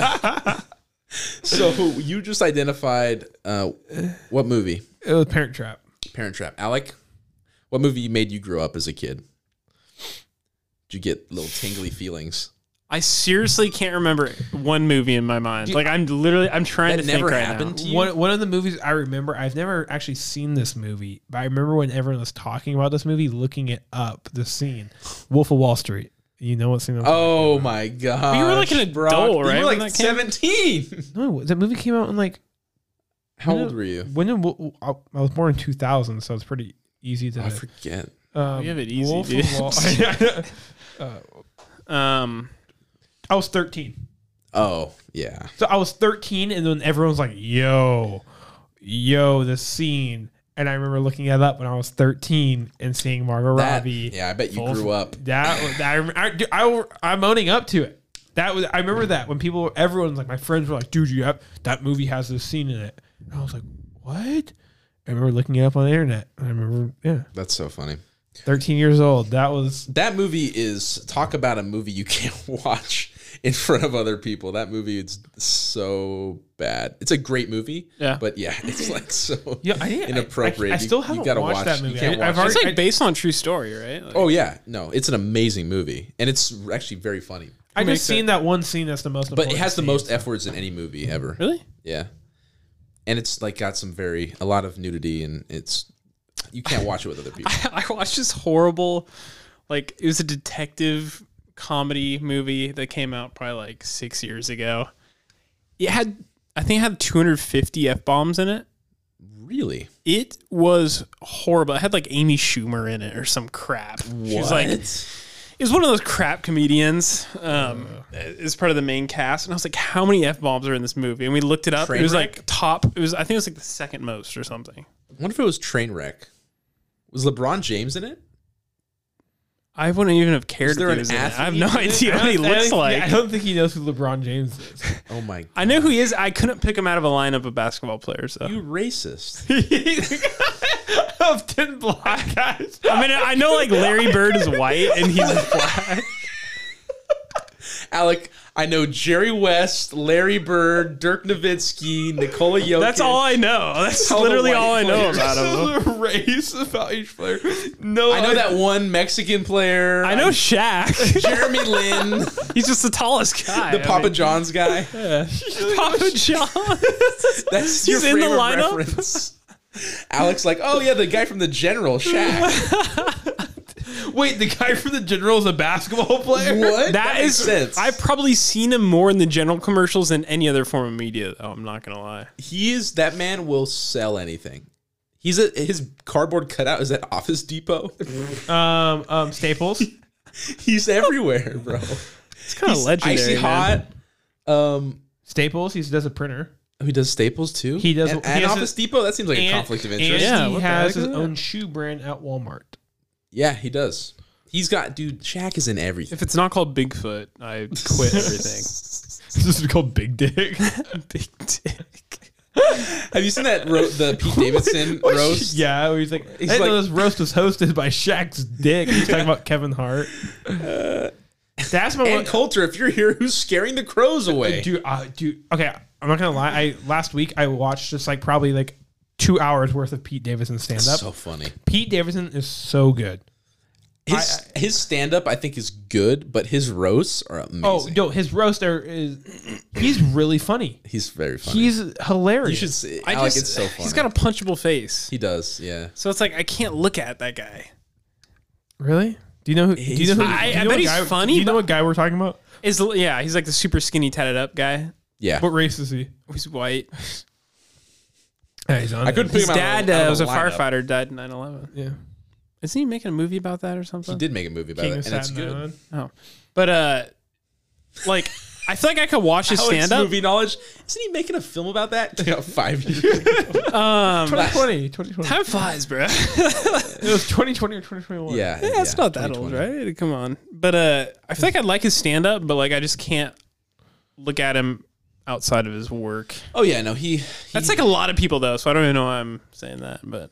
C: so you just identified uh, what movie?
A: it was oh, Parent Trap.
C: Parent Trap. Alec, what movie made you grow up as a kid? Did you get little tingly feelings?
B: I seriously can't remember one movie in my mind. Like I'm literally I'm trying
C: That
B: to think
C: never
B: right
C: happened
B: now.
C: to you.
A: One, one of the movies I remember, I've never actually seen this movie, but I remember when everyone was talking about this movie, looking it up, the scene. Wolf of Wall Street. You know what scene? I'm-
C: Oh my god!
B: you were like an adult, right,
C: You were
B: when
C: like
B: that came?
C: seventeen.
A: No, that movie came out in like.
C: How
A: when
C: old
A: did-
C: were you?
A: When did, Wo- I I was born in 2000, so it's pretty easy to.
C: I forget.
A: um,
B: You have it easy,
A: Wolf of
B: dude.
A: Wall-
B: Um,
A: I was 13.
C: Oh yeah.
A: So I was 13, and then everyone's like, yo, yo, this scene. And I remember looking it up when I was 13 and seeing Margot
C: That-
A: Robbie.
C: yeah, I bet you
A: Full-
C: grew up.
A: That was- I, rem- I, dude, I, I'm owning up to it. That was I remember that when people, everyone's like, my friends were like, dude, you have that movie has this scene in it. And I was like, what? I remember looking it up on the internet. I remember, yeah,
C: That's so funny.
A: 13 years old. That was
C: That movie is talk about a movie you can't watch in front of other people. That movie is so bad. It's a great movie.
B: Yeah.
C: But yeah, it's like so
A: yeah, I didn't,
C: inappropriate.
A: I, I
C: You-
A: still
C: you
A: haven't
C: gotta
A: watched
C: watch-
A: that
C: you
A: movie.
C: can't
A: I, have
C: watch it.
A: already,
B: it's like based on true story, right? Like,
C: Oh yeah, no, it's an amazing movie, and it's actually very funny.
A: I, I
B: makes
A: just seen that one scene that's the most.
C: But it
A: important
C: has the
A: scene.
C: most f words in any movie ever.
B: really?
C: Yeah, and it's like got some very a lot of nudity, and it's you can't watch it with other people.
B: I watched this horrible, like it was a detective comedy movie that came out probably like six years ago. It had, I think, it had 250 f bombs in it.
C: Really?
B: It was horrible. It had like Amy Schumer in it or some crap. She was like, it was one of those crap comedians. Um, is part of the main cast, and I was like, how many f bombs are in this movie? And we looked it up. It was
C: Trainwreck?
B: like top. It was, I think, it was like the second most or something.
C: I wonder if it was Trainwreck. Was LeBron James in it?
B: I wouldn't even have cared.
C: Is there
B: if
C: an
B: he was in it. I have
C: athlete
B: no
C: in it?
B: idea what
A: I
B: he
A: don't- I
B: looks
A: don't-
B: like.
A: yeah, I don't think he knows who LeBron James is.
C: Oh my! God.
B: I know who he is. I couldn't pick him out of a lineup of basketball players. Though.
C: You racist.
A: of ten black guys.
B: I mean, I know like Larry Bird is white and he's black.
C: Alec, I know Jerry West, Larry Bird, Dirk Nowitzki, Nikola Jokic.
B: That's all I know. That's
C: All the
B: literally
C: white
B: all I know
C: players.
B: about him.
A: race about each player. No,
C: I know that one Mexican player.
B: I know Shaq.
C: Jeremy Lin,
B: he's just the tallest guy.
C: the
B: I
C: Papa
B: mean,
C: John's guy.
B: Papa John.
C: That's
B: He's
C: your
B: in the
C: frame of
B: lineup?
C: reference. Alex, like, oh yeah, the guy from the General Shaq.
A: Wait, the guy from the General is a basketball player.
C: What?
B: that is.
C: makes sense.
B: I've probably seen him more in the general commercials than any other form of media. Though I'm not gonna lie.
C: he is that man will sell anything. He's a his cardboard cutout is at Office Depot.
A: Um, um, Staples.
C: He's everywhere, bro.
B: It's kind of legendary.
C: Icy
B: man.
C: hot. Um,
A: Staples. He does a printer.
C: He does Staples too.
A: He does-
C: And,
A: he
C: and
A: has
C: Office
A: a-
C: Depot. That seems like a
A: And-
C: conflict of
A: and
C: interest.
B: Yeah,
A: he
B: what the
A: has
B: heck
A: his
B: is that?
A: own shoe brand at Walmart.
C: yeah, he does. He's got dude. Shaq is in everything.
B: If it's not called Bigfoot, I quit everything.
A: This is called Big Dick.
B: Big dick.
C: Have you seen that ro- the Pete Davidson roast?
A: Yeah, where he's like, I
C: He's
A: didn't know
C: like-
A: this roast was hosted by Shaq's dick. He's talking about Kevin Hart. That's my one.
C: Uh, And Coulter, if you're here, who's scaring the crows away?
A: dude, uh, dude. Okay, I'm not gonna lie. I last week I watched just like probably like two hours worth of Pete Davidson stand up.
C: so funny.
A: Pete Davidson is so good.
C: His his stand up, I think, is good, but his roasts are
A: Oh,
C: amazing.
A: yo, his roaster is he's really funny.
C: he's very funny.
A: He's hilarious.
C: you should see. I like it's so funny.
B: He's got a punchable face.
C: he does. Yeah.
B: So it's like I can't look at that guy.
A: really. Do you know who? Do you know who?
B: I-
A: do you
B: I
A: know
B: bet
A: what
B: he's
A: guy-
B: funny,
A: Do you know
B: but-
A: what guy we're talking about?
B: Is yeah, he's like the super skinny tatted up guy.
C: Yeah.
A: What race is he?
B: He's white.
A: Yeah, he's on.
C: I couldn't pick
B: His
C: him out.
B: dad
C: of, out
B: uh,
C: of
B: was a
C: lineup.
B: firefighter, died in 9/11.
A: Yeah.
B: Isn't he making a movie about that or
C: He
B: something?
C: did make a movie about
A: King
C: it,
A: of
C: and it's
A: Staten
C: good.
A: Island.
B: Oh, but uh, like I feel like I could watch his
C: Alex
B: stand up.
C: movie knowledge. Isn't he making a film about that? Yeah, five years.
A: 2020, 2020.
B: Um, Time flies, bro.
A: It was 2020 or 2021.
C: yeah,
B: That's not that old,
C: 2020.
B: right? Come on. But uh, I feel like I'd like his stand up, but like I just can't look at him outside of his work.
C: Oh yeah, no, he,
B: That's like a lot of people though, so I don't even know why I'm saying that. But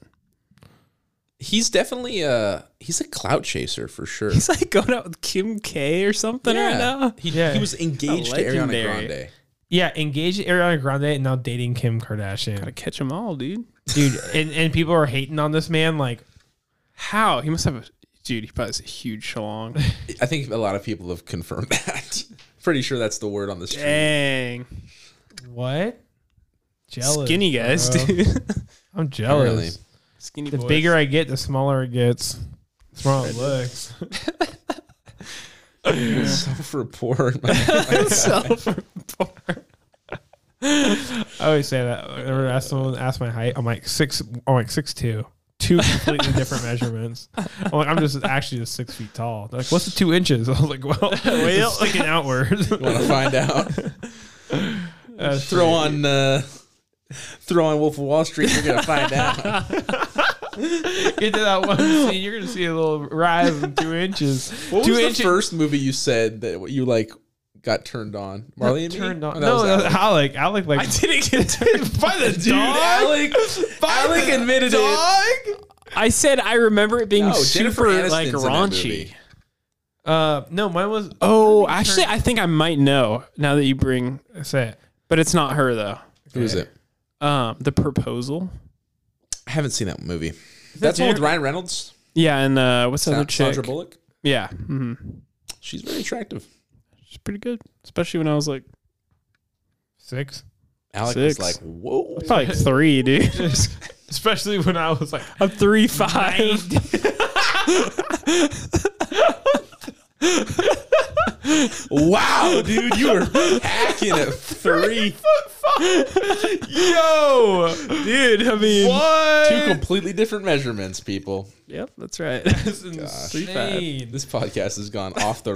C: he's definitely a he's a clout chaser for sure.
B: he's like going out with Kim K or something right now.
C: He,
A: Yeah.
C: he was engaged to Ariana
B: legendary.
C: Grande.
A: Yeah, engaged Ariana Grande and now dating Kim Kardashian.
B: Gotta catch them all, dude.
A: Dude, and, and people are hating on this man. Like,
B: How he must have a dude. He probably has a huge schlong.
C: I think a lot of people have confirmed that. Pretty sure that's the word on the street.
B: Dang,
A: what? Jealous.
B: skinny guys,
A: bro.
B: dude.
A: I'm jealous.
C: Really.
B: skinny.
A: The
B: boys.
A: bigger I get, the smaller it gets. That's wrong it looks.
C: So for porn. My-
A: I always say that. Or ask someone ask my height. I'm like six. I'm like six two. Two completely different measurements. I'm like I'm just actually just six feet tall. They're like, what's the two inches? I was like, well, it's sticking outward.
C: Want to find out?
A: Uh,
C: throw on uh, throw on Wolf of Wall Street. You're gonna find out.
A: Get to that one scene, you're gonna see a little rise in two inches.
C: What
A: two
C: was
A: inches
C: the first movie you said that you like got turned on? Marley and Me?
A: turned on.
C: Or that
A: no,
C: was
A: that was
C: Alec?
A: Alec. Alec like
B: I didn't get it.
A: by the
C: Dude, Alec, Alec admitted it.
B: I said I remember it being
C: No, Jennifer
B: super
C: Aniston's
B: like
C: in that
B: raunchy.
C: movie.
A: Uh, no, mine was.
B: Oh, actually, I think I might know now that you bring,
A: Say it.
B: but it's not her though.
C: Who is it?
B: Um, the proposal.
C: I haven't seen that movie. That's one with Ryan Reynolds,
B: Yeah, and uh, what's the
C: Sa-
B: other chick?
C: Sandra Bullock.
B: Yeah, hmm
C: She's very attractive.
B: she's pretty good, especially when I was like
A: Six.
C: Alec
B: Six.
C: was like, "Whoa,
B: probably like three, dude.
A: Especially when I was like,
B: I'm three five.
C: wow, dude, you were hacking at three,
A: yo,
B: dude. I mean,
A: what?
C: two completely different measurements, people."
B: yep, that's right.
A: That's insane.
C: This podcast has gone off the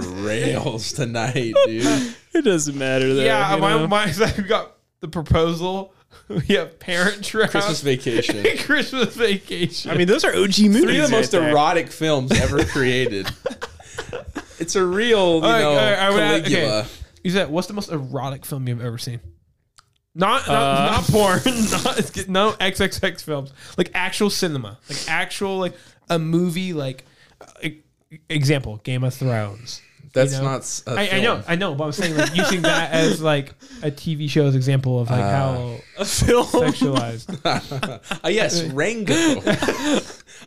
C: rails tonight, dude.
B: it doesn't matter though.
A: Yeah,
B: you
A: my,
B: know?
A: my, we got the proposal. We have parent trap.
C: Christmas vacation.
A: Christmas vacation.
B: I mean, those are OG movies.
C: Three of the most
B: right there.
C: erotic films ever created. It's a real, you
A: right,
C: know,
A: all right, I would add-
C: Caligula.
A: okay. You said, what's the most erotic film you've ever seen? Not not,
B: Uh.
A: not porn, not no XXX films, like actual cinema, like actual like a movie, like e- example Game of Thrones.
C: That's
A: you know.
C: not. s- a
A: I, I
C: film.
A: know, I know, but I'm saying like using that as like a TV show's example of like how
B: A film.
A: sexualized.
C: Uh, yes, Rango.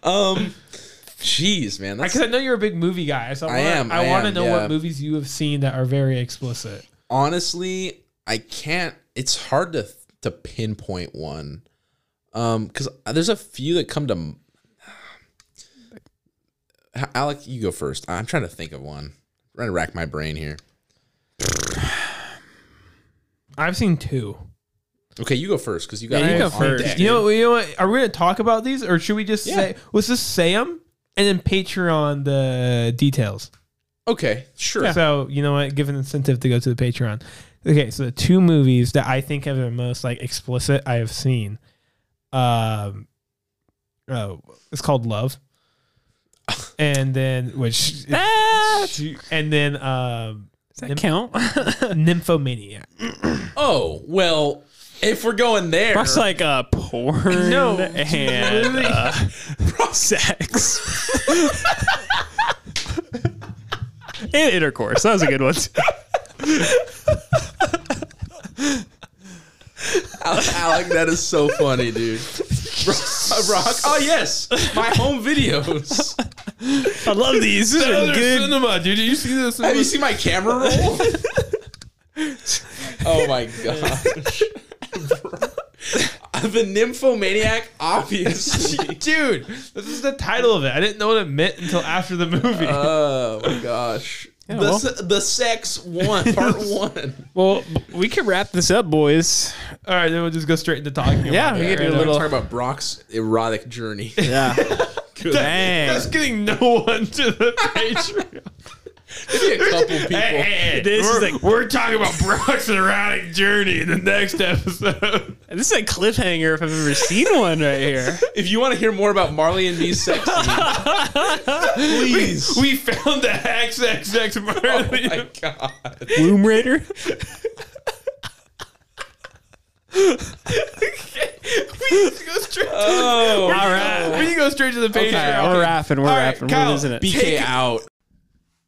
C: um, jeez, man, that's
A: Because I know you're a big movie guy, so I,
C: I
A: wanna,
C: am,
A: I,
C: I
A: want to
C: am,
A: know
C: yeah.
A: what movies you have seen that are very explicit.
C: honestly, I can't. It's hard to to pinpoint one, um, because there's a few that come to. m- Alec, you go first. I'm trying to think of one. I'm trying to rack my brain here.
A: I've seen two.
C: Okay, you go first because you got.
B: Yeah, you
C: one
B: go
C: on
B: first.
C: deck.
A: You know, you know what? Are we gonna talk about these, or should we just say let's just say them and then Patreon the details?
C: Okay, sure.
A: So you know what? Give an incentive to go to the Patreon. Okay, so the two movies that I think are the most like explicit I have seen. Um, oh, it's called Love, and then which,
B: Ah,
A: and then um,
B: does that count?
A: Nymphomaniac.
C: Oh well, if we're going there,
B: That's like uh, porn
A: No,
B: and
A: literally.
B: uh, sex. and intercourse. That was a good one. too.
C: Alec, that is so funny, dude. Rock, Rock. Oh yes, my home videos.
B: I love these. These are good.
A: cinema, dude. Did you see this?
C: Have you seen my camera roll? oh my gosh. the nymphomaniac, obviously.
A: dude? This is the title of it. I didn't know what it meant until after the movie.
C: Oh my gosh. the,
B: well.
C: se- the sex one, part one.
B: Well, we could wrap this up, boys.
A: All right, then we'll just go straight into talking.
B: Yeah,
A: about
B: we
A: it
B: could do a
A: now.
B: little-
C: Talk about Brock's erotic journey.
B: Yeah. Dang.
A: That's getting no one to the Patreon.
C: Maybe a couple people.
B: This is
A: we're,
B: like-
A: we're talking about Brock's erotic journey in the next episode.
B: This is a cliffhanger if I've ever seen one right here.
C: If you want to hear more about Marley and me's sex scene, please.
A: We found the XXX
C: oh
A: Marley.
C: my god.
B: Womb Raider.
C: Oh,
B: All right.
A: We can go straight to the page.
C: Okay,
A: Ralph.
C: okay.
B: We're rapping. We're
A: Uh, All right,
B: rapping.
A: Kyle,
B: we're losing it.
C: BK out.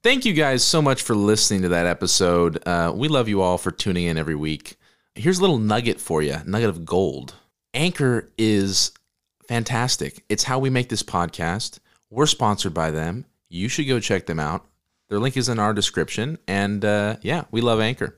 C: Thank you guys so much for listening to that episode. Uh, we love you all for tuning in every week. Here's a little nugget for you nugget of gold. Anchor is fantastic. It's how we make this podcast. We're sponsored by them. You should go check them out. Their link is in our description. And uh, yeah, we love Anchor.